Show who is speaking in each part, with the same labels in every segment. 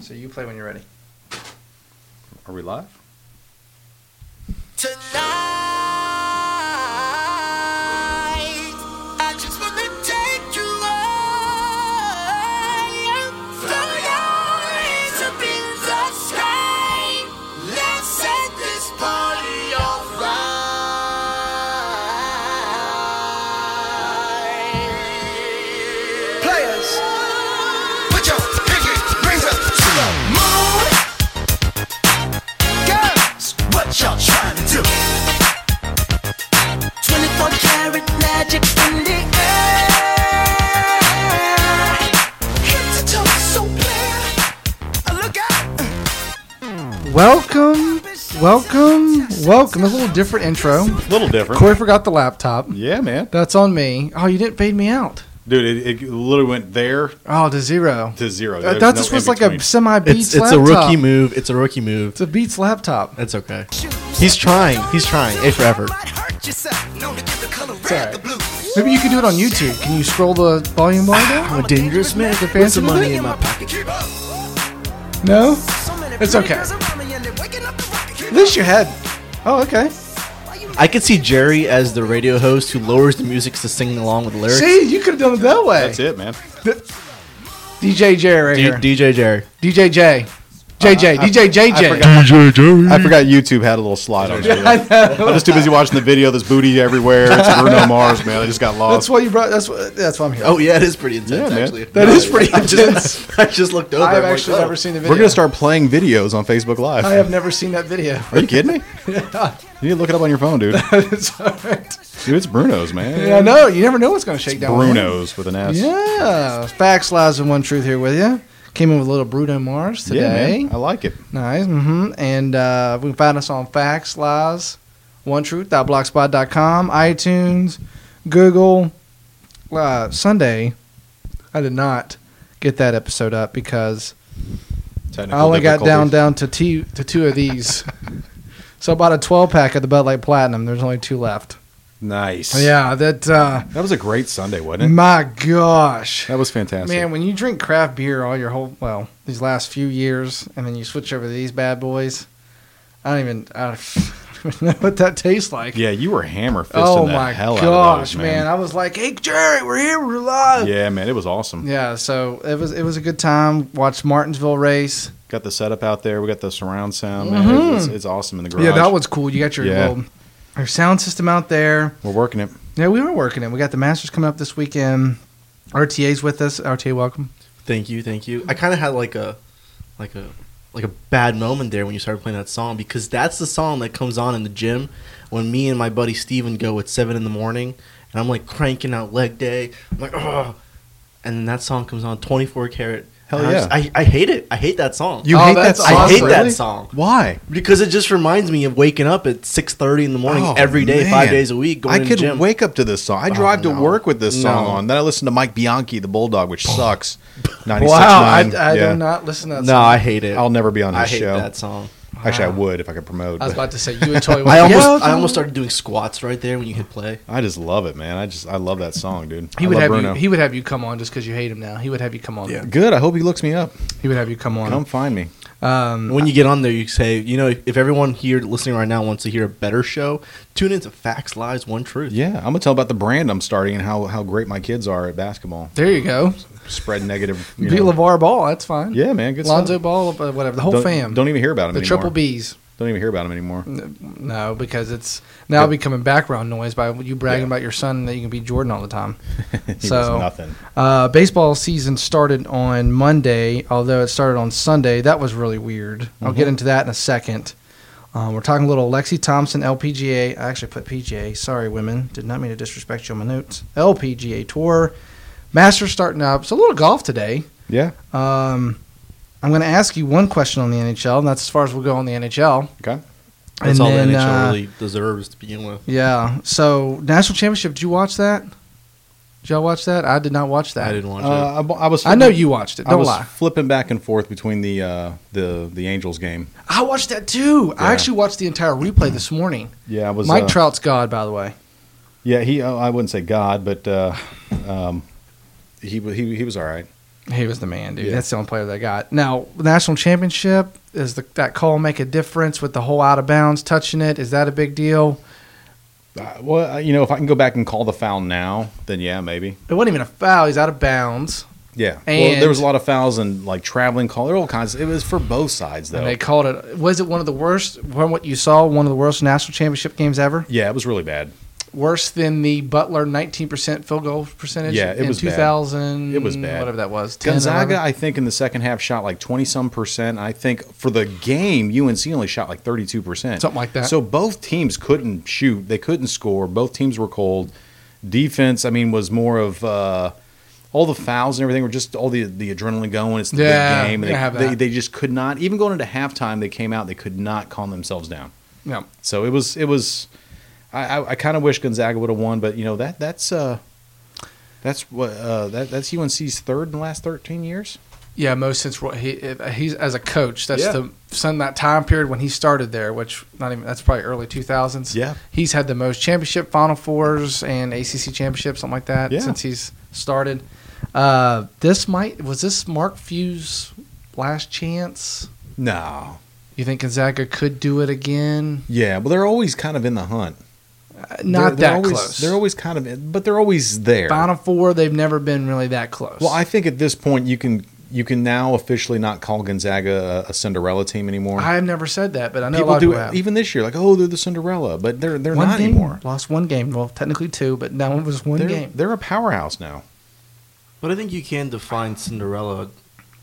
Speaker 1: So you play when you're ready.
Speaker 2: Are we live?
Speaker 3: Tonight, I just wanna take you higher. Throw your hands up in the sky. Let's set this party on fire.
Speaker 1: Players.
Speaker 3: Put your pinky rings up to the moon. Girls, what y'all trying to do? 24 karat magic in the air. Head to toe, so clear. Uh, Look out.
Speaker 1: Welcome, welcome, welcome. A little different intro.
Speaker 2: A little different.
Speaker 1: Corey forgot the laptop.
Speaker 2: Yeah, man.
Speaker 1: That's on me. Oh, you didn't fade me out.
Speaker 2: Dude, it, it literally went there
Speaker 1: Oh, to zero.
Speaker 2: to zero.
Speaker 1: Uh, that
Speaker 2: There's no
Speaker 1: just
Speaker 2: in
Speaker 1: was like
Speaker 2: between.
Speaker 1: a semi
Speaker 4: It's,
Speaker 1: Beats
Speaker 4: it's a
Speaker 1: laptop.
Speaker 4: rookie move. It's a rookie move.
Speaker 1: It's a Beats laptop.
Speaker 4: That's okay. He's trying. He's trying. A for effort.
Speaker 3: Might hurt yourself. Known to give the color red
Speaker 1: alright.
Speaker 3: the blues.
Speaker 1: Maybe you could do it on YouTube. Can you scroll the volume bar down?
Speaker 4: I'm a dangerous man with
Speaker 1: fancy
Speaker 4: some money in my pocket.
Speaker 3: Keep up.
Speaker 1: No.
Speaker 3: So many
Speaker 1: It's
Speaker 3: pretty
Speaker 1: okay.
Speaker 3: girls around me and they're waking up the rocket. Keep
Speaker 1: At least you had. Oh, okay.
Speaker 4: I could see Jerry as the radio host who lowers the music to sing along with the lyrics.
Speaker 1: See, you could have done it that way.
Speaker 2: That's it, man.
Speaker 1: DJ J right
Speaker 4: D-
Speaker 1: here.
Speaker 4: DJ Jerry.
Speaker 1: DJ J. JJ. DJ
Speaker 2: I
Speaker 1: JJ.
Speaker 2: forgot, I forgot YouTube had a little slide on it.
Speaker 1: I know.
Speaker 2: I'm just too busy watching the video. There's booty everywhere. It's Bruno Mars, man. I just got
Speaker 1: That's
Speaker 2: lost.
Speaker 1: why you brought. That's what. That's why I'm here.
Speaker 4: Oh yeah, it is pretty intense
Speaker 2: Yeah, man.
Speaker 4: actually.
Speaker 1: That is pretty
Speaker 4: I just-
Speaker 1: intense.
Speaker 4: I just looked over.
Speaker 1: I have
Speaker 4: I'm like,
Speaker 1: actually
Speaker 4: oh.
Speaker 1: never seen the video.
Speaker 2: We're gonna start playing videos on Facebook Live.
Speaker 1: I have never seen that video.
Speaker 2: Are you kidding me? You need to look it up on your phone, dude.
Speaker 1: it's all right.
Speaker 2: Dude, it's Bruno's, man.
Speaker 1: Yeah, no, you never know what's going to shake down.
Speaker 2: Bruno's with an S.
Speaker 1: Yeah, facts, lies, and one truth here with you. Came in with a little Bruno Mars
Speaker 2: Yeah,
Speaker 1: today.
Speaker 2: man. I like it.
Speaker 1: Nice. Mm-hmm. And uh, we can find us on Facts, Lies, One Truth, blogspot.com, iTunes, Google. Uh, Sunday, I did not get that episode up because I
Speaker 2: Technical
Speaker 1: only got down
Speaker 2: difficulties.
Speaker 1: down to two to two of these. so I bought a twelve pack of the Bud Light Platinum. There's only two left.
Speaker 2: Nice.
Speaker 1: Yeah, that. Uh,
Speaker 2: That was a great Sunday, wasn't it?
Speaker 1: my gosh.
Speaker 2: That was fantastic.
Speaker 1: Man, when you drink craft beer all your whole well these last few years, and then you switch over to these bad boys, I don't even I don't even know what that tastes like.
Speaker 2: Yeah, you were hammer fisting
Speaker 1: oh
Speaker 2: the
Speaker 1: my
Speaker 2: hell
Speaker 1: gosh,
Speaker 2: out of those,
Speaker 1: man.
Speaker 2: man.
Speaker 1: I was like, "Hey, Jerry, we're here, we're live."
Speaker 2: Yeah, man, it was awesome.
Speaker 1: Yeah, so it was it was a good time. Watched Martinsville race.
Speaker 2: Got the setup out there. We got the surround sound, man. It's,
Speaker 4: Mm-hmm.
Speaker 2: it's awesome in the garage.
Speaker 1: Yeah, that was cool. You got your
Speaker 2: Yeah.
Speaker 1: little your sound system out there.
Speaker 2: We're working it.
Speaker 1: Yeah, we were working it. We got the Masters coming up this weekend. RTA's with us. RTA, welcome.
Speaker 4: Thank you, thank you. I kind of had like a, like a, like a bad moment there when you started playing that song because that's the song that comes on in the gym when me and my buddy Steven go at seven in the morning and I'm like cranking out leg day. I'm like, oh, and then that song comes on, 24 karat.
Speaker 2: Hell
Speaker 4: And I
Speaker 2: yeah.
Speaker 4: just- I, I hate it. I hate that song.
Speaker 1: You Oh, hate that that's song?
Speaker 4: I hate
Speaker 1: Really?
Speaker 4: that song.
Speaker 2: Why?
Speaker 4: Because it just reminds me of waking up at six thirty in the morning
Speaker 2: Oh,
Speaker 4: every day,
Speaker 2: man.
Speaker 4: five days a week, going
Speaker 2: I
Speaker 4: to
Speaker 2: could
Speaker 4: the gym. Oh,
Speaker 2: wake up to this song. I drive to
Speaker 4: no.
Speaker 2: work with this song
Speaker 4: No.
Speaker 2: on. Then I listen to Mike Bianchi, the Bulldog, which sucks. Ninety six
Speaker 1: Wow, I, I
Speaker 2: nine. yeah.
Speaker 1: do not listen to that.
Speaker 4: no,
Speaker 1: song.
Speaker 4: I hate it.
Speaker 2: I'll never be on
Speaker 4: I
Speaker 2: his
Speaker 4: hate
Speaker 2: show.
Speaker 4: that song.
Speaker 2: Actually, I would if I could promote.
Speaker 1: I was
Speaker 2: but
Speaker 1: about to say you and Toy.
Speaker 4: I almost, I almost started doing squats right there when you hit play.
Speaker 2: I just love it, man. I just I love that song, dude.
Speaker 1: He
Speaker 2: I
Speaker 1: would
Speaker 2: love
Speaker 1: have
Speaker 2: Bruno.
Speaker 1: you. He would have you come on just because you hate him now. He would have you come on.
Speaker 4: Yeah.
Speaker 2: Good. I hope he looks me up.
Speaker 1: He would have you come on.
Speaker 2: Come find me.
Speaker 1: Um,
Speaker 4: When you get on there, you say, you know, if everyone here listening right now wants to hear a better show, tune into Facts, Lies, One Truth.
Speaker 2: Yeah, I'm gonna tell about the brand I'm starting and how, how great my kids are at basketball.
Speaker 1: there you go.
Speaker 2: Spread negative.
Speaker 1: Be
Speaker 2: You know.
Speaker 1: Levar Ball. That's fine.
Speaker 2: Yeah, man, good
Speaker 1: Lonzo
Speaker 2: stuff.
Speaker 1: Ball. uh, Whatever. The whole
Speaker 2: don't,
Speaker 1: fam.
Speaker 2: Don't even hear about him.
Speaker 1: the
Speaker 2: anymore.
Speaker 1: triple B's.
Speaker 2: Don't even hear about him anymore.
Speaker 1: No, because it's now
Speaker 2: Good.
Speaker 1: becoming background noise by you bragging
Speaker 2: Yeah.
Speaker 1: about your son that you can be Jordan all the time.
Speaker 2: he
Speaker 1: So-
Speaker 2: was nothing.
Speaker 1: Uh, baseball season started on Monday, although it started on Sunday. That was really weird. I'll get into that in a second. Um, we're talking a little Lexi Thompson, LPGA. I actually put PGA. Sorry, women. Did not mean to disrespect you on my notes. LPGA Tour. Masters starting up. So a little golf today.
Speaker 2: Yeah.
Speaker 1: Um, I'm going to ask you one question on the NHL, and that's as far as we'll go on the NHL.
Speaker 2: Okay.
Speaker 4: That's
Speaker 1: And
Speaker 4: all
Speaker 1: then,
Speaker 4: the NHL
Speaker 1: uh,
Speaker 4: really deserves to begin with.
Speaker 1: Yeah. So, National Championship, did you watch that? Did y'all watch that? I did not watch that.
Speaker 4: I didn't watch it.
Speaker 2: Uh, I, I was.
Speaker 1: I know you watched it.
Speaker 2: I
Speaker 1: Don't
Speaker 2: was
Speaker 1: lie.
Speaker 2: flipping back and forth between the uh, the the Angels game.
Speaker 1: I watched that too. I
Speaker 2: Yeah.
Speaker 1: actually watched the entire replay this morning.
Speaker 2: Yeah, I was.
Speaker 1: Mike
Speaker 2: uh, oh,
Speaker 1: Trout's God, by the way.
Speaker 2: Yeah, he. Uh, I wouldn't say God, but uh, um, he wa- he he was all right.
Speaker 1: He was the man, dude.
Speaker 2: Yeah.
Speaker 1: That's the only player they got. Now, national championship is the, that call make a difference with the whole out of bounds touching it? Is that a big deal?
Speaker 2: Uh, well, uh, you know, if I can go back and call the foul now, then yeah, maybe.
Speaker 1: It wasn't even a foul. He's out of bounds,
Speaker 2: Yeah. well,
Speaker 1: And-
Speaker 2: there was a lot of fouls and like traveling call. There were all kinds. It was for both sides though.
Speaker 1: and they called it. Was it one of the worst? From what you saw, one of the worst national championship games ever.
Speaker 2: yeah, it was really bad.
Speaker 1: Worse than the Butler 19% field goal percentage.
Speaker 2: Yeah, it
Speaker 1: in
Speaker 2: was bad.
Speaker 1: 2000.
Speaker 2: It was bad.
Speaker 1: Whatever that was. 10,
Speaker 2: Gonzaga,
Speaker 1: 11.
Speaker 2: I think in the second half shot like twenty some percent. I think for the game, UNC only shot like thirty two percent,
Speaker 1: Something like that.
Speaker 2: So both teams couldn't shoot. They couldn't score. Both teams were cold. Defense, I mean, was more of uh, all the fouls and everything were just all the the adrenaline going. It's the
Speaker 1: Yeah,
Speaker 2: big game.
Speaker 1: they have
Speaker 2: And they, they
Speaker 1: that.
Speaker 2: they just could not even going into halftime. They came out. They could not calm themselves down.
Speaker 1: No.
Speaker 2: So it was it was. I I, I kind of wish Gonzaga would have won, but you know that that's uh. That's what uh, that, that's UNC's third in the last thirteen years.
Speaker 1: Yeah, most since Roy- he uh, he's as a coach. That's
Speaker 2: Yeah.
Speaker 1: the son that time period when he started there, which not even that's probably early two thousands.
Speaker 2: Yeah.
Speaker 1: he's had the most championship Final Fours and ACC championships, something like that,
Speaker 2: Yeah.
Speaker 1: since he's started. Uh, this might was this Mark Few's last chance.
Speaker 2: No.
Speaker 1: You think Gonzaga could do it again?
Speaker 2: Yeah, well, they're always kind of in the hunt.
Speaker 1: Uh,
Speaker 2: They're-
Speaker 1: Not
Speaker 2: they're
Speaker 1: that
Speaker 2: always-
Speaker 1: close.
Speaker 2: They're always kind of, in, but they're always there.
Speaker 1: Final Four. They've never been really that close.
Speaker 2: Well, I think at this point you can you can now officially not call Gonzaga a, a Cinderella team anymore.
Speaker 1: I have never said that, but I know a lot
Speaker 2: people
Speaker 1: of
Speaker 2: do
Speaker 1: people have.
Speaker 2: it even this year, like oh they're the Cinderella, but they're they're
Speaker 1: one
Speaker 2: not
Speaker 1: game,
Speaker 2: anymore.
Speaker 1: Lost one game. Well, technically two, but that one was one
Speaker 2: They're
Speaker 1: game.
Speaker 2: they're a powerhouse now.
Speaker 5: But I think you can define Cinderella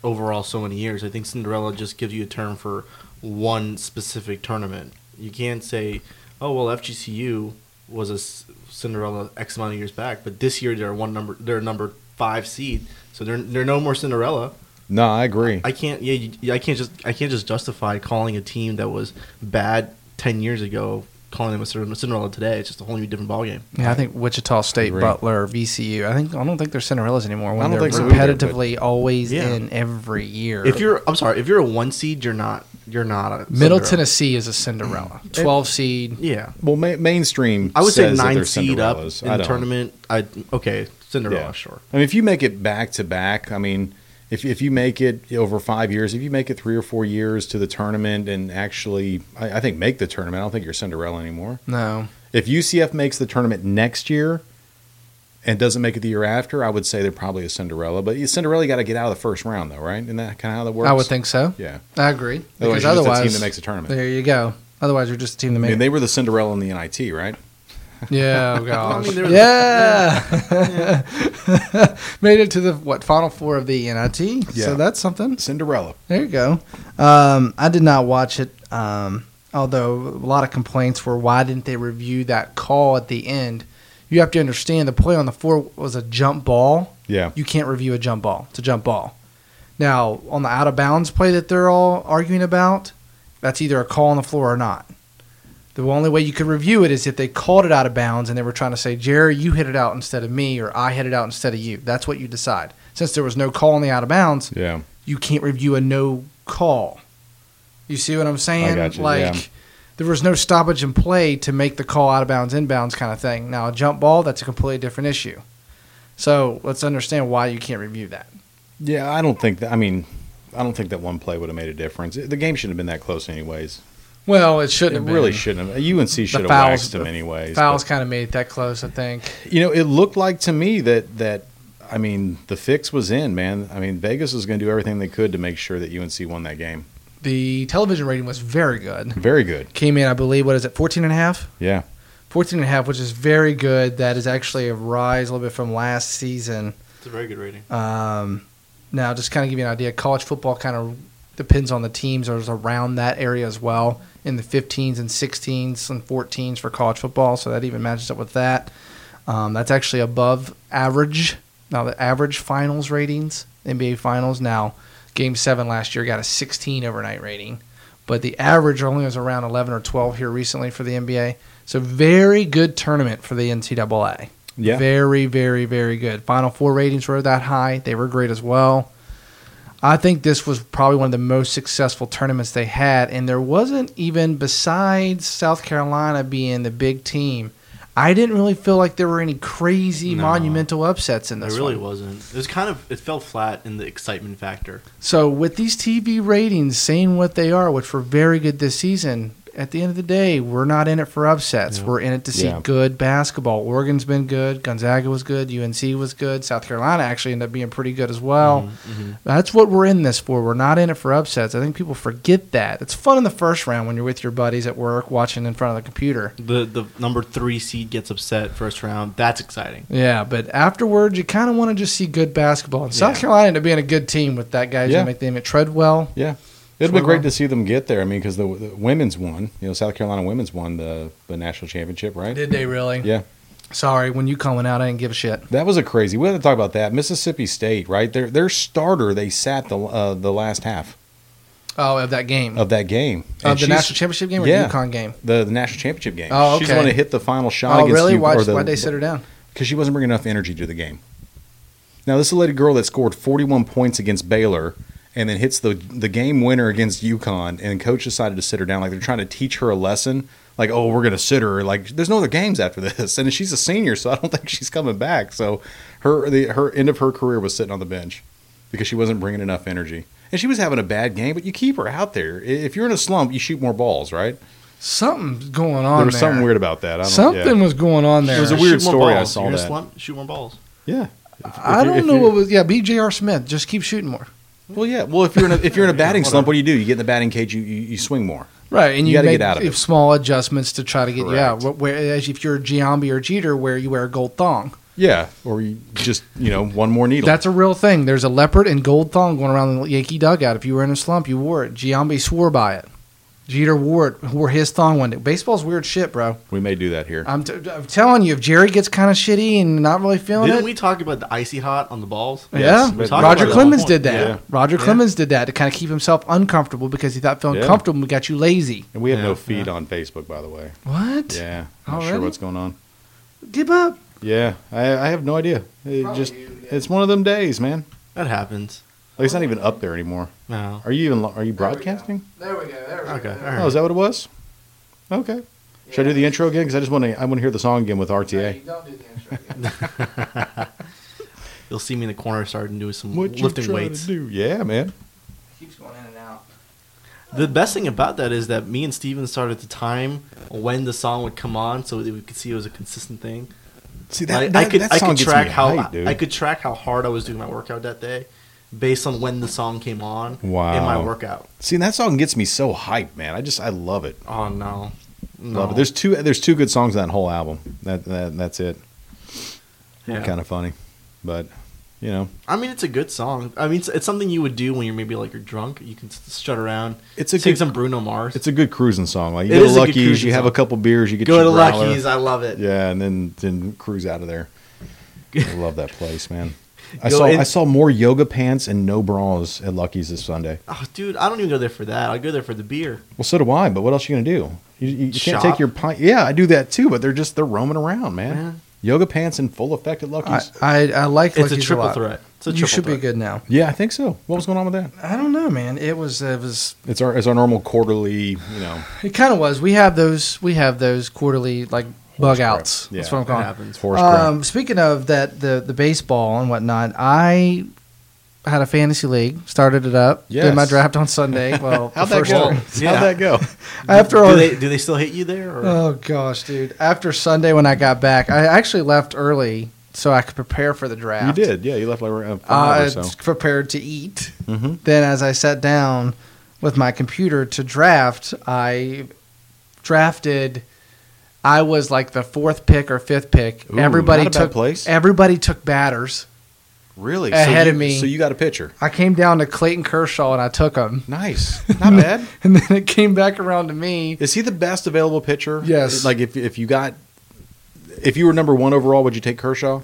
Speaker 5: overall so many years. I think Cinderella just gives you a term for one specific tournament. You can't say, oh, well, FGCU was a s- Cinderella X amount of years back, but this year they're one number, they're number five seed, so they're, they're no more Cinderella.
Speaker 2: No, I agree.
Speaker 5: I can't, yeah, you- yeah, I can't just, I can't just justify calling a team that was bad ten years ago, calling them a Cinder- Cinderella today. It's just a whole new different ballgame.
Speaker 1: Yeah, I think Wichita State,
Speaker 2: Agree.
Speaker 1: Butler, VCU. I think I don't think they're Cinderellas anymore. When
Speaker 2: I don't
Speaker 1: they're
Speaker 2: think so either,
Speaker 1: repetitively always
Speaker 5: Yeah.
Speaker 1: in every year.
Speaker 5: If you're, I'm sorry, if you're a one seed, you're not, you're not a
Speaker 1: Middle
Speaker 5: Cinderella.
Speaker 1: Tennessee is a Cinderella, twelve seed.
Speaker 5: Yeah,
Speaker 2: well, ma- mainstream.
Speaker 5: I would say
Speaker 2: says that
Speaker 5: nine
Speaker 2: they're
Speaker 5: seed up in
Speaker 2: Cinderellas. I
Speaker 5: the
Speaker 2: don't.
Speaker 5: tournament. I okay, Cinderella,
Speaker 2: Yeah.
Speaker 5: sure.
Speaker 2: I mean, if you make it back to back, I mean, if if you make it over five years, if you make it three or four years to the tournament and actually, I, I think make the tournament. I don't think you're Cinderella anymore.
Speaker 1: No,
Speaker 2: If UCF makes the tournament next year and doesn't make it the year after, I would say they're probably a Cinderella. But you- Cinderella got to get out of the first round, though, right? Isn't that kind of how that works?
Speaker 1: I would think so.
Speaker 2: Yeah.
Speaker 1: I agree
Speaker 2: Otherwise,
Speaker 1: because
Speaker 2: you're just
Speaker 1: otherwise,
Speaker 2: a team that makes a tournament.
Speaker 1: there you go. Otherwise, you're just a team that
Speaker 2: I
Speaker 1: makes.
Speaker 2: mean, they were the Cinderella in the NIT, right?
Speaker 1: yeah, oh gosh.
Speaker 5: mean, they're-
Speaker 1: yeah. Made it to the what final four of the NIT.
Speaker 2: Yeah.
Speaker 1: So that's something.
Speaker 2: Cinderella.
Speaker 1: There you go. Um, I did not watch it, um, although a lot of complaints were why didn't they review that call at the end? You have to understand the play on the floor was a jump ball.
Speaker 2: Yeah.
Speaker 1: You can't review a jump ball. It's a jump ball. Now, on the out of bounds play that they're all arguing about, that's either a call on the floor or not. The only way you could review it is if they called it out of bounds and they were trying to say, Jerry, you hit it out instead of me, or I hit it out instead of you. That's what you decide. Since there was no call on the out of bounds,
Speaker 2: Yeah.
Speaker 1: you can't review a no call. You see what I'm saying?
Speaker 2: I got you,
Speaker 1: like
Speaker 2: yeah.
Speaker 1: there was no stoppage in play to make the call out of bounds, inbounds kind of thing. Now a jump ball, that's a completely different issue. So let's understand why you can't review that.
Speaker 2: Yeah, I don't think that. I mean, I don't think that one play would have made a difference. The game shouldn't have been that close, anyways.
Speaker 1: Well, it shouldn't
Speaker 2: It
Speaker 1: have been.
Speaker 2: really shouldn't have. UNC should have
Speaker 1: fouls-
Speaker 2: waxed him anyways.
Speaker 1: Fouls
Speaker 2: but-
Speaker 1: kind of made it that close, I think.
Speaker 2: you know, it looked like to me that that I mean the fix was in, man. I mean Vegas was going to do everything they could to make sure that UNC won that game.
Speaker 1: The television rating was very good.
Speaker 2: Very good.
Speaker 1: Came in, I believe, what is it, 14 and a half?
Speaker 2: Yeah.
Speaker 1: 14 and a half, which is very good. That is actually a rise a little bit from last season.
Speaker 5: It's a very good rating.
Speaker 1: Um, now, just kind of give you an idea, college football kind of depends on the teams or is around that area as well in the 15s and 16s and 14s for college football. So that even matches up with that. Um, that's actually above average. Now, the average finals ratings, NBA finals. Now, game seven last year got a 16 overnight rating, but the average only was around 11 or 12 here recently for the NBA. So, very good tournament for the NCAA.
Speaker 2: Yeah.
Speaker 1: Very, very, very good. Final four ratings were that high. They were great as well. I think this was probably one of the most successful tournaments they had, and there wasn't even besides South Carolina being the big team. I didn't really feel like there were any crazy
Speaker 2: No.
Speaker 1: monumental upsets in
Speaker 4: It
Speaker 1: this.
Speaker 4: really
Speaker 1: one.
Speaker 4: wasn't. It was kind of. It fell flat in the excitement factor.
Speaker 1: So with these TV ratings saying what they are, which were very good this season, at the end of the day, we're not in it for upsets.
Speaker 4: Yeah.
Speaker 1: We're in it to see
Speaker 2: Yeah.
Speaker 1: good basketball. Oregon's been good. Gonzaga was good. UNC was good. South Carolina actually ended up being pretty good as well. That's what we're in this for. We're not in it for upsets. I think people forget that. It's fun in the first round when you're with your buddies at work watching in front of the computer.
Speaker 4: The the number three seed gets upset first round. That's exciting.
Speaker 1: Yeah, but afterwards, you kind of want to just see good basketball. And South
Speaker 4: Yeah.
Speaker 1: Carolina ended up being a good team with that guy who's
Speaker 2: Yeah.
Speaker 1: going to make the name at Treadwell.
Speaker 2: It'd be
Speaker 1: Sure.
Speaker 2: great to see them get there. I mean, because the, the women's won. You know, South Carolina women's won the, the national championship, right?
Speaker 1: Did they really?
Speaker 2: Yeah.
Speaker 1: Sorry, when you coming out, I didn't give a shit.
Speaker 2: That was a crazy. We had to talk about that. Mississippi State, right? Their their starter, they sat the uh, the last half
Speaker 1: Oh, of that game. Of
Speaker 2: of that game. And
Speaker 1: the
Speaker 2: she's-
Speaker 1: national championship game or
Speaker 2: Yeah.
Speaker 1: the UConn game?
Speaker 2: the, the national championship game.
Speaker 1: Oh,
Speaker 2: She's
Speaker 1: okay.
Speaker 2: going to hit the final shot
Speaker 1: Oh,
Speaker 2: against
Speaker 1: really?
Speaker 2: you.
Speaker 1: Why, why'd they sit her down?
Speaker 2: Because she wasn't bringing enough energy to the game. Now, this is a lady girl that scored 41 points against Baylor and then hits the, the game winner against UConn, and coach decided to sit her down. Like, they're trying to teach her a lesson. Like, oh, we're going to sit her. Like, there's no other games after this. And she's a senior, so I don't think she's coming back. So her the, her end of her career was sitting on the bench because she wasn't bringing enough energy. And she was having a bad game, but you keep her out there. I- If you're in a slump, you shoot more balls, right?
Speaker 1: Something's going on
Speaker 2: there was
Speaker 1: there.
Speaker 2: something weird about that. I don't, yeah.
Speaker 1: Something was going on there.
Speaker 2: It was a
Speaker 4: Shoot
Speaker 2: weird
Speaker 4: more
Speaker 2: story. I
Speaker 4: balls.
Speaker 2: saw
Speaker 4: You're in a
Speaker 2: that.
Speaker 4: slump, shoot more balls.
Speaker 2: Yeah.
Speaker 1: I
Speaker 2: if you-
Speaker 1: don't
Speaker 2: if
Speaker 1: know
Speaker 2: you-
Speaker 1: what was. Yeah, B.J.R. Smith. Just keep shooting more.
Speaker 2: Well, yeah. Well, if you're in a, if you're in a batting
Speaker 4: Yeah,
Speaker 2: slump, what do you do? You get in the batting cage. You you, you swing more.
Speaker 1: Right, and
Speaker 2: You
Speaker 1: you,
Speaker 2: gotta
Speaker 1: make
Speaker 2: get out of
Speaker 1: if
Speaker 2: it.
Speaker 1: small adjustments to try to get you out. Wh- Whereas if you're a Giambi or Jeter, where you wear a gold thong,
Speaker 2: Yeah. Or you just you know one more needle.
Speaker 1: that's a real thing. There's a leopard and gold thong going around the Yankee dugout. If you were in a slump, you wore it. Giambi swore by it. Jeter wore it. Wore his thong one day. Baseball's weird shit, bro.
Speaker 2: we may do that here.
Speaker 1: I'm, t- I'm telling you, if Jerry gets kind of shitty and not really feeling
Speaker 4: Didn't
Speaker 1: it,
Speaker 4: we talk about the icy hot on the balls?
Speaker 2: Yes,
Speaker 1: yeah,
Speaker 2: we talked
Speaker 1: Roger
Speaker 2: about it at
Speaker 1: Clemens
Speaker 4: one
Speaker 1: did
Speaker 4: point.
Speaker 1: that.
Speaker 2: Yeah.
Speaker 1: Roger
Speaker 4: Yeah.
Speaker 1: Clemens did that to kind of keep himself uncomfortable because he thought feeling
Speaker 2: Yeah.
Speaker 1: comfortable got you lazy.
Speaker 2: and we have
Speaker 4: Yeah, Oh,
Speaker 2: no feed on Facebook, by the way.
Speaker 1: What?
Speaker 2: Yeah. Not sure
Speaker 1: Already?
Speaker 2: what's going on.
Speaker 1: Give up.
Speaker 2: Yeah. I I have no idea. It
Speaker 1: Probably
Speaker 2: just
Speaker 1: you,
Speaker 2: it's one of them days, man.
Speaker 4: That happens.
Speaker 2: Like it's not even up there anymore.
Speaker 4: No.
Speaker 2: Are you even lo- are you broadcasting?
Speaker 1: There we go. There we
Speaker 4: Okay. All
Speaker 2: Oh, is
Speaker 4: right.
Speaker 2: that what it was? Okay. Should I do the intro again? Because I just want to I want to hear the song again with RTA.
Speaker 4: You'll see me in the corner starting doing some
Speaker 2: What you
Speaker 4: lifting
Speaker 2: trying
Speaker 4: weights.
Speaker 2: to do? Yeah, man.
Speaker 1: Keeps going in and out.
Speaker 4: The best thing about that is that me and Steven started to time when the song would come on so that we could see it was a consistent thing.
Speaker 2: See
Speaker 4: Like, I could I could track how I could track how hard I was doing my workout that day based on when the song came on in my
Speaker 2: Wow.
Speaker 4: workout.
Speaker 2: See, that song gets me so hyped, man. I just I love it.
Speaker 4: Oh no. no.
Speaker 2: Love it. There's two. There's two good songs in that whole album. That, that that's it.
Speaker 4: Yeah.
Speaker 2: Kind of funny, but you know,
Speaker 4: I mean, it's a good song. I mean, it's, it's something you would do when you're maybe like you're drunk. You can s- strut around.
Speaker 2: It's a
Speaker 4: sing
Speaker 2: good-
Speaker 4: some Bruno Mars.
Speaker 2: it's a good cruising song. Like you
Speaker 4: It
Speaker 2: go to
Speaker 4: is a good
Speaker 2: Lucky's,
Speaker 4: cruising
Speaker 2: you have a
Speaker 4: song.
Speaker 2: couple beers, you get
Speaker 4: go
Speaker 2: your
Speaker 4: to
Speaker 2: growler.
Speaker 4: Lucky's. I love it.
Speaker 2: Yeah, and then then cruise out of there. I love that place, man. I
Speaker 4: Go
Speaker 2: saw
Speaker 4: in-
Speaker 2: I saw more yoga pants and no bras at Lucky's this Sunday.
Speaker 4: Oh, dude, I don't even go there for that. I go there for the beer.
Speaker 2: Well, so do I. But what else you gonna do? You, you, you can't take
Speaker 4: Shop.
Speaker 2: your pint. Yeah, I do that too. But they're just they're roaming around, man.
Speaker 4: Yeah.
Speaker 2: Yoga pants in full effect at
Speaker 1: I,
Speaker 2: Lucky's.
Speaker 1: I, I like
Speaker 4: It's a
Speaker 1: Lucky's
Speaker 4: triple
Speaker 1: lot.
Speaker 4: threat. It's a
Speaker 1: you
Speaker 4: triple
Speaker 1: should
Speaker 4: threat.
Speaker 1: be good now.
Speaker 2: yeah, I think so. What was going on with that?
Speaker 1: I don't know, man. It was it was
Speaker 2: It's our it's our normal quarterly, you know,
Speaker 1: it kind of was. We have those we have those quarterly like bug outs.
Speaker 2: Yeah.
Speaker 1: That's what I'm
Speaker 4: That
Speaker 1: calling.
Speaker 4: happens.
Speaker 2: horse
Speaker 1: Um, speaking of that, the the baseball and whatnot, I had a fantasy league, started it up, did my
Speaker 2: Yes.
Speaker 1: draft on Sunday. Well, the
Speaker 2: How'd that
Speaker 1: first
Speaker 2: go?
Speaker 1: one.
Speaker 4: Yeah.
Speaker 2: How'd that go?
Speaker 1: after
Speaker 4: Do
Speaker 1: all,
Speaker 4: they do they still hit you there? Or?
Speaker 1: oh gosh, dude! After Sunday when I got back, I actually left early so I could prepare for the
Speaker 2: you
Speaker 1: draft.
Speaker 2: did, yeah. You left like around
Speaker 1: I
Speaker 2: five or so.
Speaker 1: prepared to eat.
Speaker 2: Mhm.
Speaker 1: Then, as I sat down with my computer to draft, I drafted. I was like the fourth pick or fifth pick.
Speaker 2: Ooh,
Speaker 1: everybody
Speaker 2: not a bad
Speaker 1: took
Speaker 2: place.
Speaker 1: Everybody took batters.
Speaker 2: Really,
Speaker 1: ahead
Speaker 2: so
Speaker 1: of
Speaker 2: you,
Speaker 1: me.
Speaker 2: So you got a pitcher.
Speaker 1: I came down to Clayton Kershaw and I took him,
Speaker 2: Nice, not bad.
Speaker 1: and then it came back around to me.
Speaker 2: Is he the best available pitcher?
Speaker 1: Yes.
Speaker 2: Like if if you got if you were number one overall, would you take Kershaw?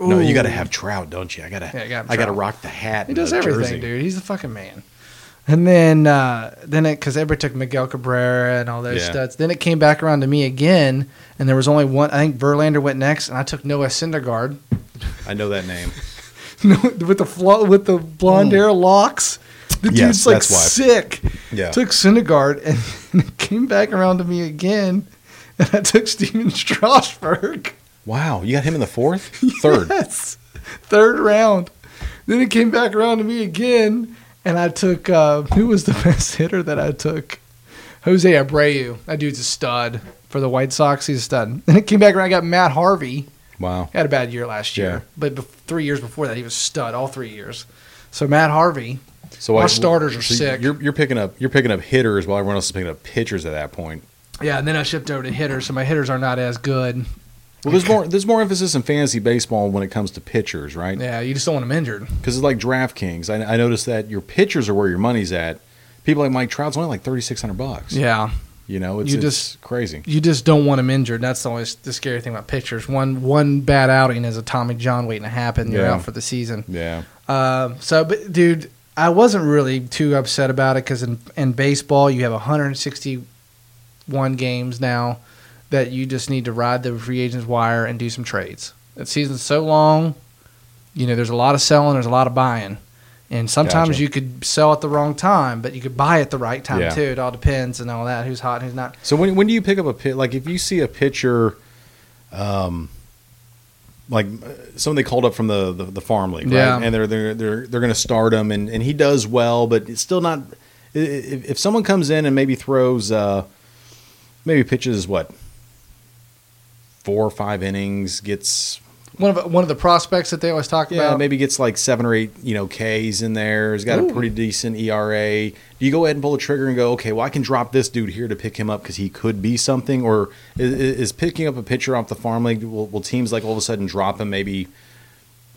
Speaker 2: No, you got to
Speaker 1: Ooh.
Speaker 2: have Trout, don't you? I gotta
Speaker 1: Yeah, I got
Speaker 2: I gotta
Speaker 1: Trout.
Speaker 2: rock the hat.
Speaker 1: He
Speaker 2: and
Speaker 1: does
Speaker 2: the
Speaker 1: everything,
Speaker 2: jersey.
Speaker 1: dude. He's a fucking man. And then, uh, then it because everybody took Miguel Cabrera and all those
Speaker 2: Yeah.
Speaker 1: studs. Then it came back around to me again, and there was only one. I think Verlander went next, and I took Noah Syndergaard
Speaker 2: I know that name.
Speaker 1: with the flo- with the blonde hair locks. The
Speaker 2: Mm. Yes,
Speaker 1: dude's like
Speaker 2: that's why.
Speaker 1: sick.
Speaker 2: Yeah.
Speaker 1: Took Syndergaard, and it came back around to me again, and I took Steven Strasberg.
Speaker 2: Wow, you got him in the fourth, third.
Speaker 1: Yes. Third round. Then it came back around to me again, and I took uh, who was the best hitter that I took? Jose Abreu. That dude's a stud for the White Sox. He's a stud. Then it came back around. I got Matt Harvey.
Speaker 2: Wow.
Speaker 1: Had a bad year last year,
Speaker 2: Yeah.
Speaker 1: but bef- three years before that, he was stud all three years. So Matt Harvey,
Speaker 2: So
Speaker 1: Our
Speaker 2: I-
Speaker 1: starters are
Speaker 2: so
Speaker 1: sick.
Speaker 2: You're, you're picking up you're picking up hitters while everyone else is picking up pitchers at that point.
Speaker 1: yeah. And then I shipped over to hitters, so my hitters are not as good.
Speaker 2: Well, there's more there's more emphasis in fantasy baseball when it comes to pitchers, right?
Speaker 1: Yeah, you just don't want them injured.
Speaker 2: Because it's like DraftKings. I, I noticed that your pitchers are where your money's at. People like Mike Trout's only like thirty six hundred bucks.
Speaker 1: Yeah,
Speaker 2: You know, it's,
Speaker 1: You
Speaker 2: it's
Speaker 1: just-
Speaker 2: crazy.
Speaker 1: you just don't want them injured. That's always the scary thing about pitchers. One one bad outing is a Tommy John waiting to happen. You're
Speaker 2: Yeah.
Speaker 1: out for the season.
Speaker 2: Yeah.
Speaker 1: Um, so, but dude, I wasn't really too upset about it because in, in baseball, you have 161 games now that you just need to ride the free agents wire and do some trades. The season's so long, you know, there's a lot of selling, there's a lot of buying. And sometimes
Speaker 2: Gotcha.
Speaker 1: you could sell at the wrong time, but you could buy at the right time
Speaker 2: Yeah.
Speaker 1: too. It all depends and all that. Who's hot, and who's not.
Speaker 2: So when when do you pick up a pit? Like if you see a pitcher, um, like uh, someone they called up from the the, the farm league, right?
Speaker 1: Yeah.
Speaker 2: And they're they're they're they're going to start him, and and he does well, but it's still not. i- i- If, if someone comes in and maybe throws, uh, maybe pitches what four or five innings, gets
Speaker 1: One of one of the prospects that they always talk
Speaker 2: yeah,
Speaker 1: about.
Speaker 2: maybe gets like seven or eight, you know, Ks in there. He's got
Speaker 1: Ooh.
Speaker 2: a pretty decent ERA. Do you go ahead and pull the trigger and go, okay, well, I can drop this dude here to pick him up because he could be something? Or is, is picking up a pitcher off the farm league, will, will teams like all of a sudden drop him maybe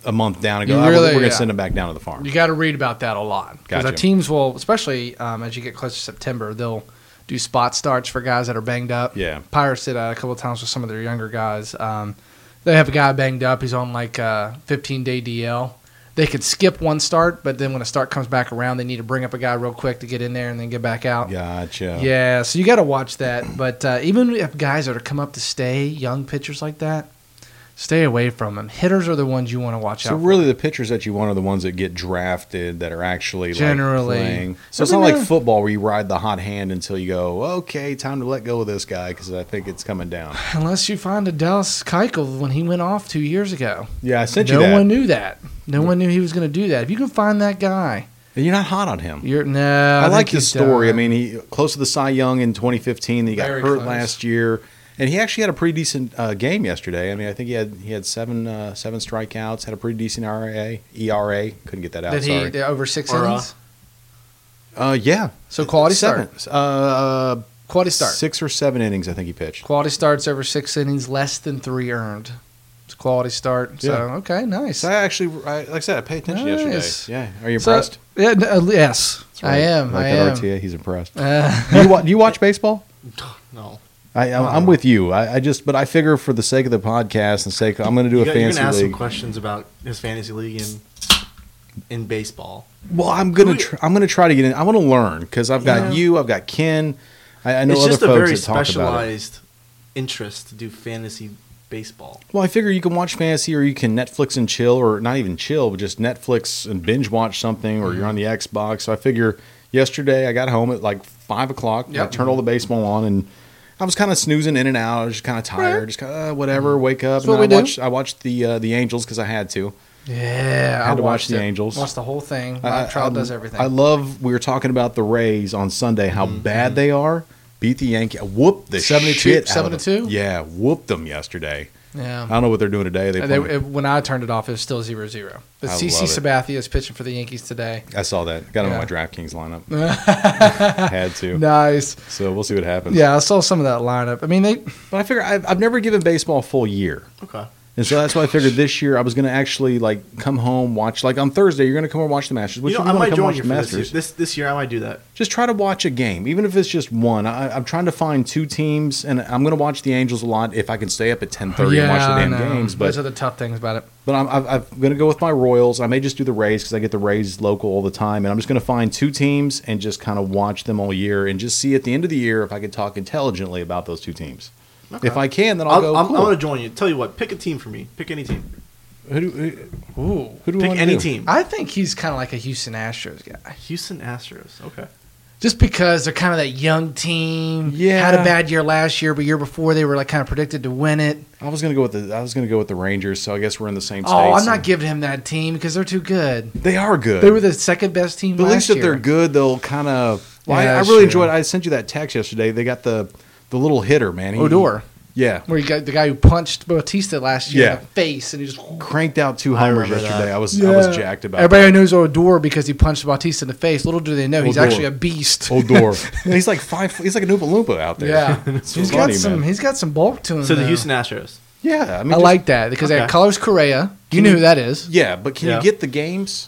Speaker 2: a month down and go,
Speaker 1: You
Speaker 2: "Ah, we're-
Speaker 1: really-
Speaker 2: we're going to
Speaker 1: yeah.
Speaker 2: send him back down to the farm?
Speaker 1: You got to read about that a lot because our
Speaker 2: Gotcha.
Speaker 1: teams will, especially um, as you get closer to September, they'll do spot starts for guys that are banged up.
Speaker 2: Yeah.
Speaker 1: Pirates did uh, a couple of times with some of their younger guys. Um, they have a guy banged up; he's on like a 15 day DL. They could skip one start, but then when a start comes back around, they need to bring up a guy real quick to get in there and then get back out.
Speaker 2: Gotcha.
Speaker 1: Yeah, so you got to watch that. But uh, even if guys that are come up to stay, young pitchers like that, stay away from them. Hitters are the ones you want to watch
Speaker 2: So
Speaker 1: out. for.
Speaker 2: really, the pitchers that you want are the ones that get drafted that are actually
Speaker 1: Generally.
Speaker 2: like playing. So it's
Speaker 1: Every
Speaker 2: not like
Speaker 1: now-
Speaker 2: football where you ride the hot hand until you go, okay, time to let go of this guy because I think it's coming down.
Speaker 1: Unless you find a Dallas Keuchel when he went off two years ago.
Speaker 2: Yeah, I sent you
Speaker 1: No
Speaker 2: that.
Speaker 1: one knew that. No one knew he was going to do that. If you can find that guy,
Speaker 2: And you're not hot on him.
Speaker 1: you're no.
Speaker 2: I, like
Speaker 1: think
Speaker 2: his
Speaker 1: he's
Speaker 2: story. I
Speaker 1: done.
Speaker 2: mean, he close to the Cy Young in 2015. He got
Speaker 1: Very
Speaker 2: hurt
Speaker 1: close.
Speaker 2: last year, and he actually had a pretty decent uh, game yesterday. I mean, I think he had he had seven uh, seven strikeouts, had a E pretty decent RA, ERA. Couldn't get that out.
Speaker 1: did he
Speaker 2: sorry.
Speaker 1: did over six
Speaker 4: Or, uh,
Speaker 1: innings?
Speaker 2: Uh, yeah,
Speaker 1: So quality
Speaker 2: seven.
Speaker 1: start.
Speaker 2: Uh,
Speaker 1: Quality start.
Speaker 2: six or seven innings. I think he pitched.
Speaker 1: Quality starts over six innings, less than three earned. It's a quality start. So
Speaker 2: Yeah.
Speaker 1: okay, nice.
Speaker 2: So I actually, I, like I said, I paid attention
Speaker 1: Nice.
Speaker 2: yesterday. Yeah, are you
Speaker 1: So-
Speaker 2: impressed?
Speaker 1: Yeah, no, uh, yes,
Speaker 2: That's right.
Speaker 1: I am.
Speaker 2: like
Speaker 1: I
Speaker 2: that
Speaker 1: am.
Speaker 2: RTA, he's impressed.
Speaker 1: Uh,
Speaker 2: do, you, wa- do you watch baseball?
Speaker 4: No.
Speaker 2: I, I'm,
Speaker 1: Oh.
Speaker 2: I'm with you. I, I just, but I figure for the sake of the podcast and sake, I'm going to do
Speaker 4: You
Speaker 2: a
Speaker 4: got, you're
Speaker 2: fantasy
Speaker 4: gonna ask some
Speaker 2: league.
Speaker 4: questions about his fantasy league in in baseball.
Speaker 2: Well, I'm going to, tr- I'm going to try to get in. I want to learn because I've got
Speaker 4: Yeah.
Speaker 2: you, I've got Ken. I, I know
Speaker 4: it's
Speaker 2: other
Speaker 4: just a
Speaker 2: folks
Speaker 4: very
Speaker 2: that talk about it.
Speaker 4: specialized interest to do fantasy baseball.
Speaker 2: Well, I figure you can watch fantasy or you can Netflix and chill, or not even chill, but just Netflix and binge watch something, or you're
Speaker 4: Mm.
Speaker 2: on the Xbox. So I figure yesterday I got home at like five o'clock. and I
Speaker 1: Yep.
Speaker 2: turned all the baseball on and. I was kind of snoozing in and out. I was just kind of tired, just kind of uh, whatever.
Speaker 4: Mm.
Speaker 2: Wake up,
Speaker 1: That's what
Speaker 2: and then
Speaker 1: we
Speaker 2: I
Speaker 1: do.
Speaker 2: watched. I watched the uh, the Angels because I had to.
Speaker 1: yeah, I
Speaker 2: Had to watch
Speaker 1: watched
Speaker 2: the
Speaker 1: it.
Speaker 2: Angels.
Speaker 1: Watched the whole thing. Mike Trout does everything.
Speaker 2: I love. We were talking about the Rays on Sunday, how
Speaker 4: Mm-hmm.
Speaker 2: bad they are. Beat the Yankees. Whoop the
Speaker 1: 72
Speaker 2: shit out of them.
Speaker 1: 72?
Speaker 2: Yeah, whooped them yesterday.
Speaker 1: yeah.
Speaker 2: I don't know what they're doing today. They,
Speaker 1: And they,
Speaker 2: play-
Speaker 1: it- when I turned it off, it was still 0 0. But
Speaker 2: I
Speaker 1: CC
Speaker 2: love it.
Speaker 1: Sabathia is pitching for the Yankees today.
Speaker 2: I saw that. Got them
Speaker 1: Yeah.
Speaker 2: on my DraftKings lineup. Had to.
Speaker 1: Nice.
Speaker 2: So we'll see what happens.
Speaker 1: Yeah, I saw some of that lineup. I mean, they
Speaker 2: But I figure I've, I've never given baseball a full year.
Speaker 4: Okay.
Speaker 2: And so that's why I figured this year I was going to actually like come home watch like on Thursday you're going to come home and watch the Masters. Which
Speaker 4: you know,
Speaker 2: you're
Speaker 4: I
Speaker 2: gonna
Speaker 4: might
Speaker 2: come
Speaker 4: join
Speaker 2: watch
Speaker 4: you
Speaker 2: the
Speaker 4: for this year.
Speaker 2: Masters.
Speaker 4: This, this year, I might do that.
Speaker 2: just try to watch a game, even if it's just one. I, I'm trying to find two teams, and I'm going to watch the Angels a lot if I can stay up at 10:30 and watch
Speaker 1: I
Speaker 2: the damn
Speaker 1: know.
Speaker 2: games. But
Speaker 1: those are the tough things about it.
Speaker 2: but I'm, I'm, I'm going to go with my Royals. I may just do the Rays because I get the Rays local all the time, and I'm just going to find two teams and just kind of watch them all year and just see at the end of the year if I can talk intelligently about those two teams. If I can, then I'll,
Speaker 4: I'll,
Speaker 2: go.
Speaker 4: I'm,
Speaker 2: cool.
Speaker 4: I'm going to join you. Tell you what, pick a team for me. Pick any team.
Speaker 2: who do, who,
Speaker 1: Ooh,
Speaker 2: who do we
Speaker 4: Pick
Speaker 2: wanna
Speaker 4: any
Speaker 2: do?
Speaker 4: team.
Speaker 1: I think he's kind of like a Houston Astros guy.
Speaker 4: Houston Astros. Okay.
Speaker 1: just because they're kind of that young team.
Speaker 2: Yeah.
Speaker 1: had a bad year last year, but year before they were like kind of predicted to win it.
Speaker 2: I was gonna go with the I was gonna go with the Rangers, so I guess we're in the same.
Speaker 1: Oh, I'm
Speaker 2: states.
Speaker 1: not giving him that team because they're too good.
Speaker 2: They are good.
Speaker 1: They were the second best team.
Speaker 2: But at
Speaker 1: last
Speaker 2: least if
Speaker 1: year.
Speaker 2: they're good, they'll kind of. Well, I-
Speaker 1: Yeah,
Speaker 2: I,
Speaker 1: that's
Speaker 2: really
Speaker 1: true.
Speaker 2: enjoyed. I sent you that text yesterday. They got the the little hitter man. He-
Speaker 1: Odor,
Speaker 2: Yeah,
Speaker 1: where you got the guy who punched Bautista last year
Speaker 2: Yeah.
Speaker 1: in the face, and he just
Speaker 2: cranked out two homers
Speaker 4: remember
Speaker 2: yesterday.
Speaker 4: that.
Speaker 2: I was I was jacked about.
Speaker 1: Everybody knows Odor because he punched Bautista in the face. Little do they know he's
Speaker 2: Odor.
Speaker 1: actually a beast.
Speaker 2: that. Odor. he's like five. He's like an Oompa Loompa out there.
Speaker 1: Yeah,
Speaker 2: It's
Speaker 1: he's
Speaker 2: funny,
Speaker 1: got some.
Speaker 2: man.
Speaker 1: He's got some bulk to him.
Speaker 4: So the
Speaker 1: though.
Speaker 4: Houston Astros.
Speaker 2: Yeah, I mean,
Speaker 1: I
Speaker 2: just-
Speaker 1: like that because they had
Speaker 4: Okay.
Speaker 1: Colors Correa. You
Speaker 2: Can
Speaker 1: know
Speaker 2: you-
Speaker 1: who that is.
Speaker 2: Yeah, but can
Speaker 4: Yeah.
Speaker 2: you get the games?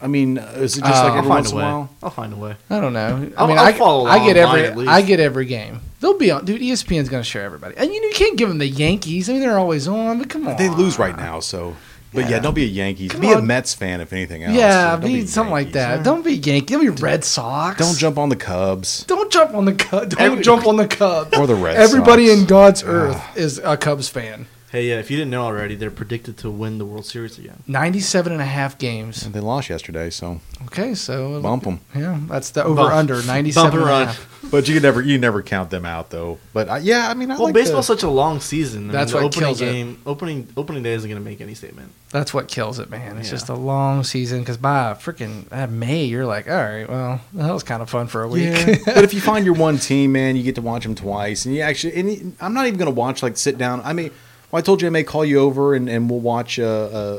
Speaker 2: I mean, uh, is it just
Speaker 1: Uh,
Speaker 2: like
Speaker 1: I'll
Speaker 2: every
Speaker 4: I'll find
Speaker 2: once
Speaker 4: a
Speaker 2: in a
Speaker 4: way.
Speaker 2: while?
Speaker 4: I'll find a way.
Speaker 1: I don't know. I
Speaker 4: I'll-
Speaker 1: mean,
Speaker 4: I'll
Speaker 1: I,
Speaker 4: follow
Speaker 1: I get
Speaker 4: along mine
Speaker 1: every
Speaker 4: at least.
Speaker 1: I get every game. They'll be on, dude. E ESPN's gonna share everybody, and you know you can't give them the Yankees. I mean, they're always on, but come on,
Speaker 2: They lose right now, so. But yeah, don't be a Yankees.
Speaker 1: Come
Speaker 2: be a
Speaker 1: on.
Speaker 2: Mets fan, if anything else.
Speaker 1: Yeah,
Speaker 2: Don't
Speaker 1: be something like
Speaker 2: Yankees.
Speaker 1: that. Don't be Yankee. Don't be Red Sox.
Speaker 2: Don't jump on the Cubs.
Speaker 1: Don't jump on the Cubs. Don't
Speaker 4: Every-
Speaker 1: jump on the Cubs.
Speaker 2: Or the Red
Speaker 1: Everybody
Speaker 2: Sox.
Speaker 1: in God's earth is a Cubs fan.
Speaker 4: Hey, yeah, if you didn't know already, they're predicted to win the World Series again.
Speaker 1: 97 and a half games.
Speaker 2: And They lost yesterday, so
Speaker 1: Okay, so
Speaker 2: bump them.
Speaker 1: yeah, that's the over
Speaker 4: Bump.
Speaker 1: under 97
Speaker 4: Bump
Speaker 1: and
Speaker 4: and
Speaker 1: a
Speaker 4: run.
Speaker 1: half.
Speaker 2: But you can never you never count them out though. But I, yeah, I mean, I
Speaker 4: Well,
Speaker 2: like
Speaker 4: baseball's
Speaker 2: the,
Speaker 4: such a long season. I
Speaker 1: That's
Speaker 4: mean, the
Speaker 1: what
Speaker 4: opening
Speaker 1: kills it.
Speaker 4: game, opening opening day isn't going to make any statement.
Speaker 1: That's what kills it, man. It's
Speaker 4: Yeah.
Speaker 1: just a long season because by freaking uh, May, you're like, all right, well, that was kind of fun for a week.
Speaker 2: yeah. but if you find your one team, man, you get to watch them twice, and you actually. And you- I'm not even gonna watch like sit down. I mean, well, I told you I may call you over and, and we'll watch uh, uh,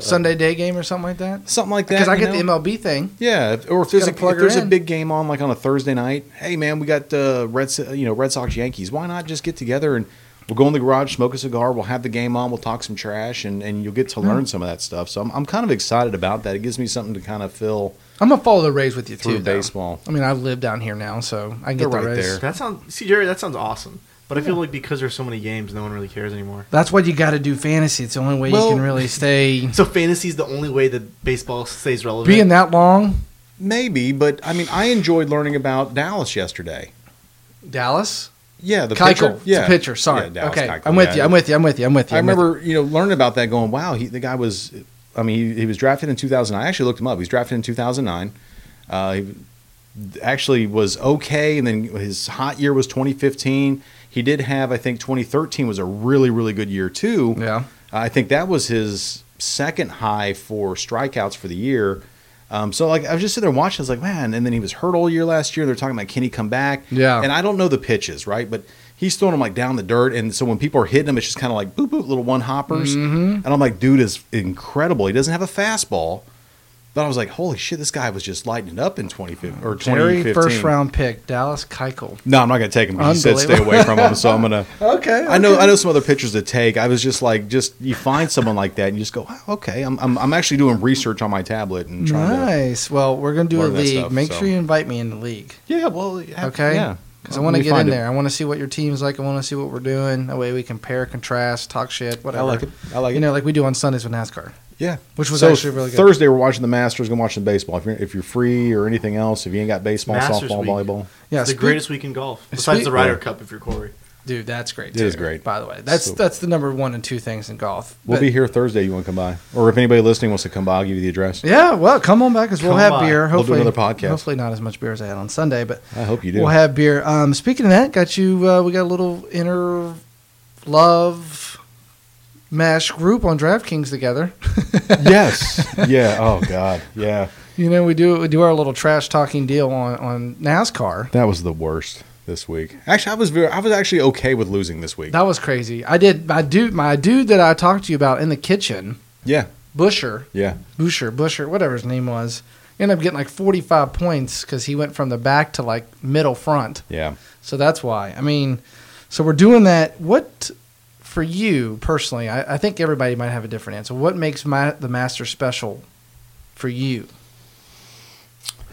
Speaker 1: Sunday day game or something like that.
Speaker 2: something like that.
Speaker 1: Because I
Speaker 2: you
Speaker 1: get
Speaker 2: know?
Speaker 1: the MLB thing.
Speaker 2: Yeah, if- or if there's,
Speaker 1: Gotta
Speaker 2: a,
Speaker 1: plug
Speaker 2: if
Speaker 1: her
Speaker 2: there's a
Speaker 1: in.
Speaker 2: big game on like on a Thursday night, hey man, we got uh, Red So- you know Red Sox Yankees. Why not just get together and we'll go in the garage, smoke a cigar, we'll have the game on, we'll talk some trash, and, and you'll get to learn some of that stuff. So I'm, I'm kind of excited about that. It gives me something to kind of fill
Speaker 1: I'm gonna follow the Rays with you
Speaker 2: through
Speaker 1: too. though.
Speaker 2: baseball.
Speaker 1: I mean, I live down here now, so I get
Speaker 2: They're
Speaker 1: the
Speaker 2: right
Speaker 1: Rays.
Speaker 2: there.
Speaker 4: That sounds see, Jerry. That sounds awesome. But I feel like because there's so many games, no one really cares anymore.
Speaker 1: That's why you got to do fantasy. It's the only way
Speaker 2: Well-
Speaker 1: you can really stay.
Speaker 4: So fantasy's the only way that baseball stays relevant.
Speaker 1: Being that long,
Speaker 2: Maybe, but I mean, I enjoyed learning about Dallas yesterday.
Speaker 1: Dallas.
Speaker 2: Yeah, the
Speaker 1: Keuchel.
Speaker 2: pitcher. Yeah,
Speaker 1: It's a pitcher. Sorry.
Speaker 2: Yeah, Dallas
Speaker 1: okay.
Speaker 2: Keuchel,
Speaker 1: I'm with
Speaker 2: yeah.
Speaker 1: you. I'm with you. I'm with you. I'm with you.
Speaker 2: I
Speaker 1: I'm with you.
Speaker 2: remember, you know, learning about that, going, "Wow, he, the guy was." I mean, he, he was drafted in 2009. I actually looked him up. He was drafted in 2009. Uh, he actually was okay, and then his hot year was 2015. He did have, I think, 2013 was a really, really good year too.
Speaker 1: Yeah.
Speaker 2: I think that was his second high for strikeouts for the year. Um, so like I was just sitting there watching, I was like, man. And then he was hurt all year last year. They're talking about can he come back?
Speaker 1: Yeah.
Speaker 2: And I don't know the pitches, right? But he's throwing them like down the dirt, and so when people are hitting him, it's just kind of like boop boop little one hoppers.
Speaker 1: Mm-hmm.
Speaker 2: And I'm like, dude is incredible. He doesn't have a fastball, but I was like, holy shit, this guy was just lighting it up in 2015 or
Speaker 1: Very
Speaker 2: 2015.
Speaker 1: first round pick, Dallas Keuchel.
Speaker 2: No, I'm not gonna take him. because He said stay away from him, so I'm gonna.
Speaker 1: Okay.
Speaker 2: I know I know some other pictures to take. I was just like, just you find someone like that and you just go, wow, okay. I'm I'm, I'm actually doing research on my tablet and trying to.
Speaker 1: Nice. Well, we're gonna do a
Speaker 2: learn that
Speaker 1: league.
Speaker 2: stuff,
Speaker 1: Make
Speaker 2: so.
Speaker 1: sure you invite me in the league.
Speaker 2: Yeah, well, yeah,
Speaker 1: Okay.
Speaker 2: yeah.
Speaker 1: Because I want to
Speaker 2: Let me
Speaker 1: get in
Speaker 2: find it.
Speaker 1: there. I want to see what your team's like. I want to see what we're doing. That way we compare, contrast, talk shit,
Speaker 2: I
Speaker 1: whatever.
Speaker 2: like it. I like it.
Speaker 1: You know, like we do on Sundays with NASCAR.
Speaker 2: yeah,
Speaker 1: which was
Speaker 2: So
Speaker 1: actually really good.
Speaker 2: Thursday, we're watching the Masters, gonna watch the baseball. If you're if you're free or anything else, if you ain't got baseball,
Speaker 4: Masters
Speaker 2: softball,
Speaker 4: week.
Speaker 2: volleyball,
Speaker 1: Yeah,
Speaker 4: it's the
Speaker 1: speak-
Speaker 4: greatest week in golf, besides
Speaker 1: Speak-
Speaker 4: the Ryder Cup. If you're Corey,
Speaker 1: dude. That's great.
Speaker 2: It is
Speaker 1: too,
Speaker 2: great.
Speaker 1: By the way, that's
Speaker 2: So-
Speaker 1: that's the number one and two things in golf.
Speaker 2: we'll
Speaker 1: But-
Speaker 2: be here Thursday. You want to come by, or if anybody listening wants to come by, I'll give you the address.
Speaker 1: Yeah, well, come on back because we'll
Speaker 4: Come
Speaker 1: have
Speaker 4: by.
Speaker 1: beer.
Speaker 2: We'll
Speaker 1: Hopefully,
Speaker 2: do another podcast.
Speaker 1: Hopefully, not as much beer as I had on Sunday, but
Speaker 2: I hope you do.
Speaker 1: we'll have beer. Um, speaking of that, got you. Uh, we got a little inner love mesh group on DraftKings together.
Speaker 2: yes, yeah. Oh God, yeah.
Speaker 1: You know, we do we do our little trash talking deal on on NASCAR.
Speaker 2: That was the worst this week. Actually, I was very, I was actually okay with losing this week.
Speaker 1: That was crazy. I did. My dude, my dude that I talked to you about in the kitchen,
Speaker 2: Yeah,
Speaker 1: Busher,
Speaker 2: yeah.
Speaker 1: Busher, Busher, whatever his name was, ended up getting like forty five points because he went from the back to like middle front.
Speaker 2: Yeah.
Speaker 1: So that's why. I mean, so we're doing that. What for you personally? I, I think everybody might have a different answer. What makes my, the master special for you?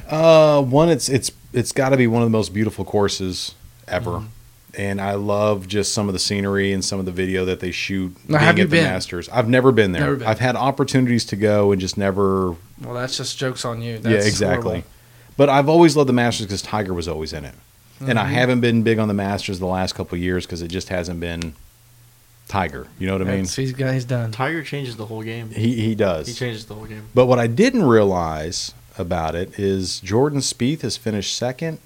Speaker 2: Uh, one, it's it's it's got to be one of the most beautiful courses ever,
Speaker 1: Mm-hmm.
Speaker 2: and I love just some of the scenery and some of the video that they shoot.
Speaker 1: Now, have you
Speaker 2: at the
Speaker 1: been?
Speaker 2: Masters? I've never been there.
Speaker 1: Never been.
Speaker 2: I've had opportunities to go and just never.
Speaker 1: Well, that's just jokes on you.
Speaker 2: yeah, exactly. But I've always loved the Masters because Tiger was always in it, and I
Speaker 1: Mm-hmm.
Speaker 2: haven't been big on the Masters the last couple of years because it just hasn't been Tiger. You know what I mean?
Speaker 1: he's, got- he's done.
Speaker 4: Tiger changes the whole game.
Speaker 2: He he does.
Speaker 4: He changes the whole game.
Speaker 2: But what I didn't realize about it is Jordan Spieth has finished second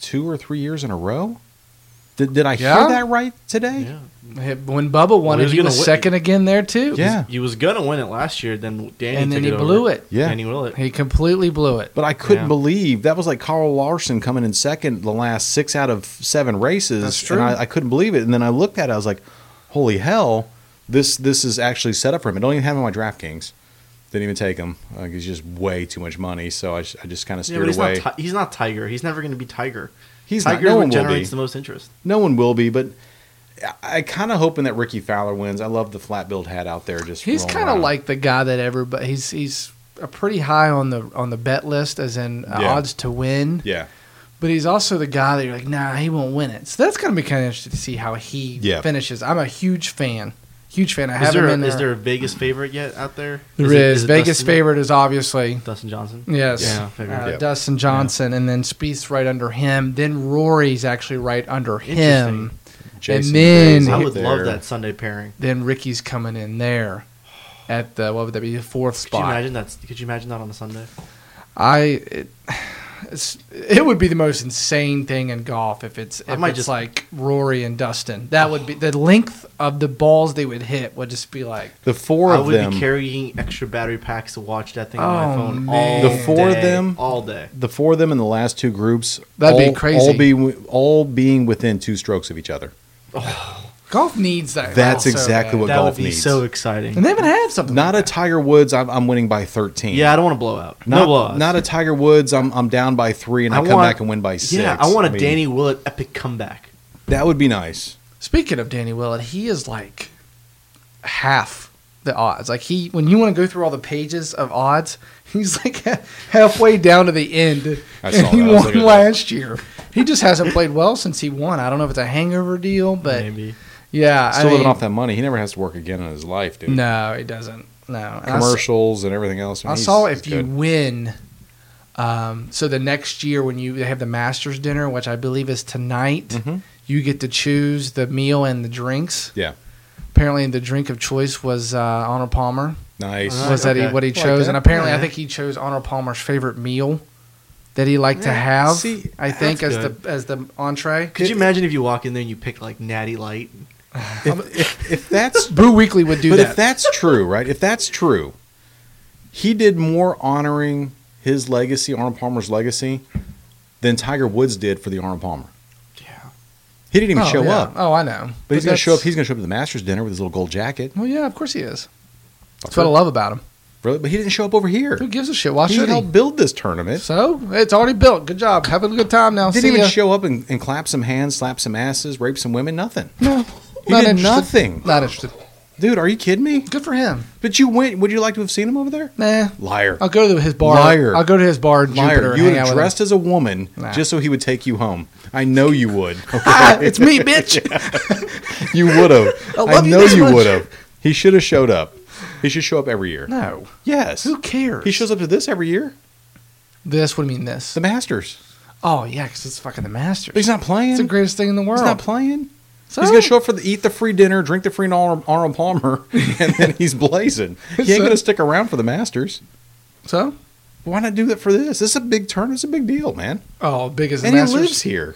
Speaker 2: two or three years in a row. Did, did I
Speaker 1: Yeah.
Speaker 2: hear that right today?
Speaker 4: Yeah.
Speaker 1: When Bubba won
Speaker 4: he
Speaker 1: it,
Speaker 4: was
Speaker 1: he
Speaker 4: gonna
Speaker 1: was
Speaker 4: win-
Speaker 1: second again there too.
Speaker 2: Yeah.
Speaker 4: He was gonna win it last year, then Danny
Speaker 1: and then
Speaker 4: took
Speaker 1: he
Speaker 4: it
Speaker 1: blew
Speaker 4: over.
Speaker 1: it.
Speaker 2: Yeah.
Speaker 4: Danny will it.
Speaker 1: He completely blew it.
Speaker 2: But I couldn't
Speaker 4: Yeah.
Speaker 2: believe that was like Carl Larson coming in second the last six out of seven races.
Speaker 1: That's true.
Speaker 2: And I, I couldn't believe it. And then I looked at it, I was like, holy hell, this this is actually set up for him. I don't even have him on my DraftKings. Didn't even take him. Uh, he's just way too much money. So I, sh- I just kind of
Speaker 4: Yeah,
Speaker 2: steered
Speaker 4: but he's
Speaker 2: away.
Speaker 4: not, ti- he's not Tiger. He's never going to be Tiger.
Speaker 2: he's not.
Speaker 4: Tiger
Speaker 2: No one will be.
Speaker 4: generates the most interest.
Speaker 2: No one will be. But I, I kind of hoping that Ricky Fowler wins. I love the flat build hat out there. Just
Speaker 1: He's
Speaker 2: rolling
Speaker 1: kind of
Speaker 2: around.
Speaker 1: like the guy that everybody he's he's a pretty high on the on the bet list as in uh,
Speaker 2: Yeah.
Speaker 1: odds to win.
Speaker 2: yeah,
Speaker 1: But he's also the guy that you're like, nah, he won't win it. So that's gonna be kind of interesting to see how he
Speaker 2: Yeah.
Speaker 1: finishes. I'm a huge fan, huge fan. I
Speaker 4: Is
Speaker 1: have
Speaker 4: there,
Speaker 1: him in
Speaker 4: is
Speaker 1: there.
Speaker 4: there a Vegas favorite yet out there?
Speaker 1: There
Speaker 4: it-
Speaker 1: is.
Speaker 4: it
Speaker 1: Vegas
Speaker 4: Dustin-
Speaker 1: favorite is obviously
Speaker 4: Dustin Johnson.
Speaker 1: yes,
Speaker 4: Yeah, I figured.
Speaker 1: uh,
Speaker 2: Yeah.
Speaker 1: Dustin Johnson, and then Spieth's right under him. Then Rory's actually right under
Speaker 4: Interesting.
Speaker 1: him.
Speaker 2: Jason
Speaker 1: then-
Speaker 2: Day
Speaker 4: I
Speaker 1: he-
Speaker 4: would
Speaker 2: there.
Speaker 4: love that Sunday pairing.
Speaker 1: Then Ricky's coming in there at the what would that be the fourth
Speaker 4: Could you
Speaker 1: spot?
Speaker 4: imagine that? Could you imagine that on a Sunday?
Speaker 1: I it, it's, it would be the most insane thing in golf if it's if
Speaker 4: I might
Speaker 1: it's
Speaker 4: just-
Speaker 1: like Rory and Dustin. That would be the length of the balls they would hit would just be like
Speaker 2: The four
Speaker 4: I
Speaker 2: of
Speaker 4: would
Speaker 2: them.
Speaker 4: be carrying extra battery packs to watch that thing
Speaker 1: Oh,
Speaker 4: on my phone
Speaker 1: man.
Speaker 4: all
Speaker 2: The four of
Speaker 4: day,
Speaker 2: them?
Speaker 4: all day.
Speaker 2: the four of them in the last two groups
Speaker 1: That'd be
Speaker 2: all-
Speaker 1: crazy.
Speaker 2: all, be, all being within two strokes of each other
Speaker 1: golf needs that.
Speaker 2: That's
Speaker 1: so
Speaker 2: exactly
Speaker 1: bad.
Speaker 2: what-
Speaker 4: that
Speaker 2: golf
Speaker 4: would be
Speaker 2: needs.
Speaker 4: so exciting.
Speaker 1: And they haven't had something.
Speaker 2: not a
Speaker 1: like that.
Speaker 2: tiger woods i'm, I'm winning by 13
Speaker 4: Yeah, I don't want to blow out.
Speaker 2: not,
Speaker 4: no blowout.
Speaker 2: not a tiger woods i'm, I'm down by three and i,
Speaker 4: I
Speaker 2: come
Speaker 4: want-
Speaker 2: back and win by six
Speaker 4: Yeah, I want a
Speaker 2: mean,
Speaker 4: Danny Willett epic comeback.
Speaker 2: that would be nice
Speaker 1: Speaking of Danny Willett, he is like half the odds. Like he, when you want to go through all the pages of odds, he's like halfway down to the end,
Speaker 2: I
Speaker 1: and
Speaker 2: saw
Speaker 1: he
Speaker 2: that. I was
Speaker 1: won
Speaker 2: looking at that.
Speaker 1: last year. He just hasn't played well since he won. I don't know if it's a hangover deal, but
Speaker 4: Maybe
Speaker 1: yeah,
Speaker 2: still
Speaker 1: I mean,
Speaker 2: living off that money he never has to work again in his life dude
Speaker 1: No, he doesn't. No. And I s-
Speaker 2: commercials and everything else
Speaker 1: I,
Speaker 2: mean, he's-
Speaker 1: saw
Speaker 2: he's
Speaker 1: if you
Speaker 2: good.
Speaker 1: win. Um, so the next year when you they have the Masters dinner, which I believe is tonight,
Speaker 2: Mhm.
Speaker 1: you get to choose the meal and the drinks.
Speaker 2: Yeah.
Speaker 1: Apparently, the drink of choice was uh, Honor Palmer.
Speaker 2: nice
Speaker 4: Uh,
Speaker 1: was that he,
Speaker 4: okay.
Speaker 1: what he
Speaker 2: I like
Speaker 1: chose?
Speaker 2: that.
Speaker 1: and apparently, I
Speaker 4: Yeah.
Speaker 1: think he chose Honor Palmer's favorite meal that he liked to have.
Speaker 2: see,
Speaker 1: I think as
Speaker 4: that's
Speaker 1: the as the entree.
Speaker 4: Could you imagine if you walk in there and you pick like Natty Light?
Speaker 1: Um,
Speaker 2: if, if, if that's
Speaker 1: Boo Weekly would do
Speaker 2: but
Speaker 1: that.
Speaker 2: if that's true, right? If that's true, he did more honoring his legacy, Arnold Palmer's legacy, than Tiger Woods did for the Arnold Palmer.
Speaker 4: Yeah.
Speaker 2: He didn't even
Speaker 1: oh,
Speaker 2: show
Speaker 1: yeah.
Speaker 2: up, but,
Speaker 1: Oh, I know. But,
Speaker 2: he's gonna show up.
Speaker 1: that's-
Speaker 2: He's gonna show up at the Masters dinner with his little gold jacket.
Speaker 1: well, yeah, of course he is. That's what I love about him.
Speaker 2: Really? But he didn't show up over here.
Speaker 1: Who gives a shit? Why
Speaker 2: he
Speaker 1: should
Speaker 2: helped
Speaker 1: he?
Speaker 2: build this tournament.
Speaker 1: So it's already built. Good job. Have a good time now.
Speaker 2: Didn't
Speaker 1: See
Speaker 2: even
Speaker 1: ya.
Speaker 2: show up and, and clap some hands, slap some asses, rape some women, nothing.
Speaker 1: No,
Speaker 2: He did nothing.
Speaker 1: Not interested.
Speaker 2: Dude, are you kidding me?
Speaker 1: Good for him.
Speaker 2: But you went. Would you like to have seen him over there?
Speaker 1: Nah,
Speaker 2: Liar.
Speaker 1: I'll go to his bar.
Speaker 2: Liar.
Speaker 1: I'll go to his bar in Jupiter.
Speaker 2: Liar.
Speaker 1: and
Speaker 2: You would
Speaker 1: hang out
Speaker 2: have
Speaker 1: with him.
Speaker 2: dressed as a woman
Speaker 1: Nah.
Speaker 2: just so he would take you home. I know you would.
Speaker 1: Ah, it's me, bitch.
Speaker 2: You would have.
Speaker 1: I
Speaker 2: I,
Speaker 1: love you
Speaker 2: know
Speaker 1: this
Speaker 2: you
Speaker 1: much.
Speaker 2: would have. He should have showed up. He should show up every year.
Speaker 1: no,
Speaker 2: Yes.
Speaker 1: who cares?
Speaker 2: He shows up to this every year.
Speaker 1: This would mean this.
Speaker 2: The Masters.
Speaker 1: Oh yeah, because it's fucking the Masters.
Speaker 2: But he's not playing.
Speaker 1: It's the greatest thing in the world.
Speaker 2: He's not playing.
Speaker 1: So?
Speaker 2: He's gonna show up for the eat the free dinner, drink the free Arnold Arnold Palmer, and then he's blazing. He ain't
Speaker 1: So-
Speaker 2: gonna stick around for the Masters.
Speaker 1: So,
Speaker 2: Why not do that for this? This is a big turn. It's a big deal, man.
Speaker 1: oh, big as the
Speaker 2: and
Speaker 1: Masters.
Speaker 2: he lives here.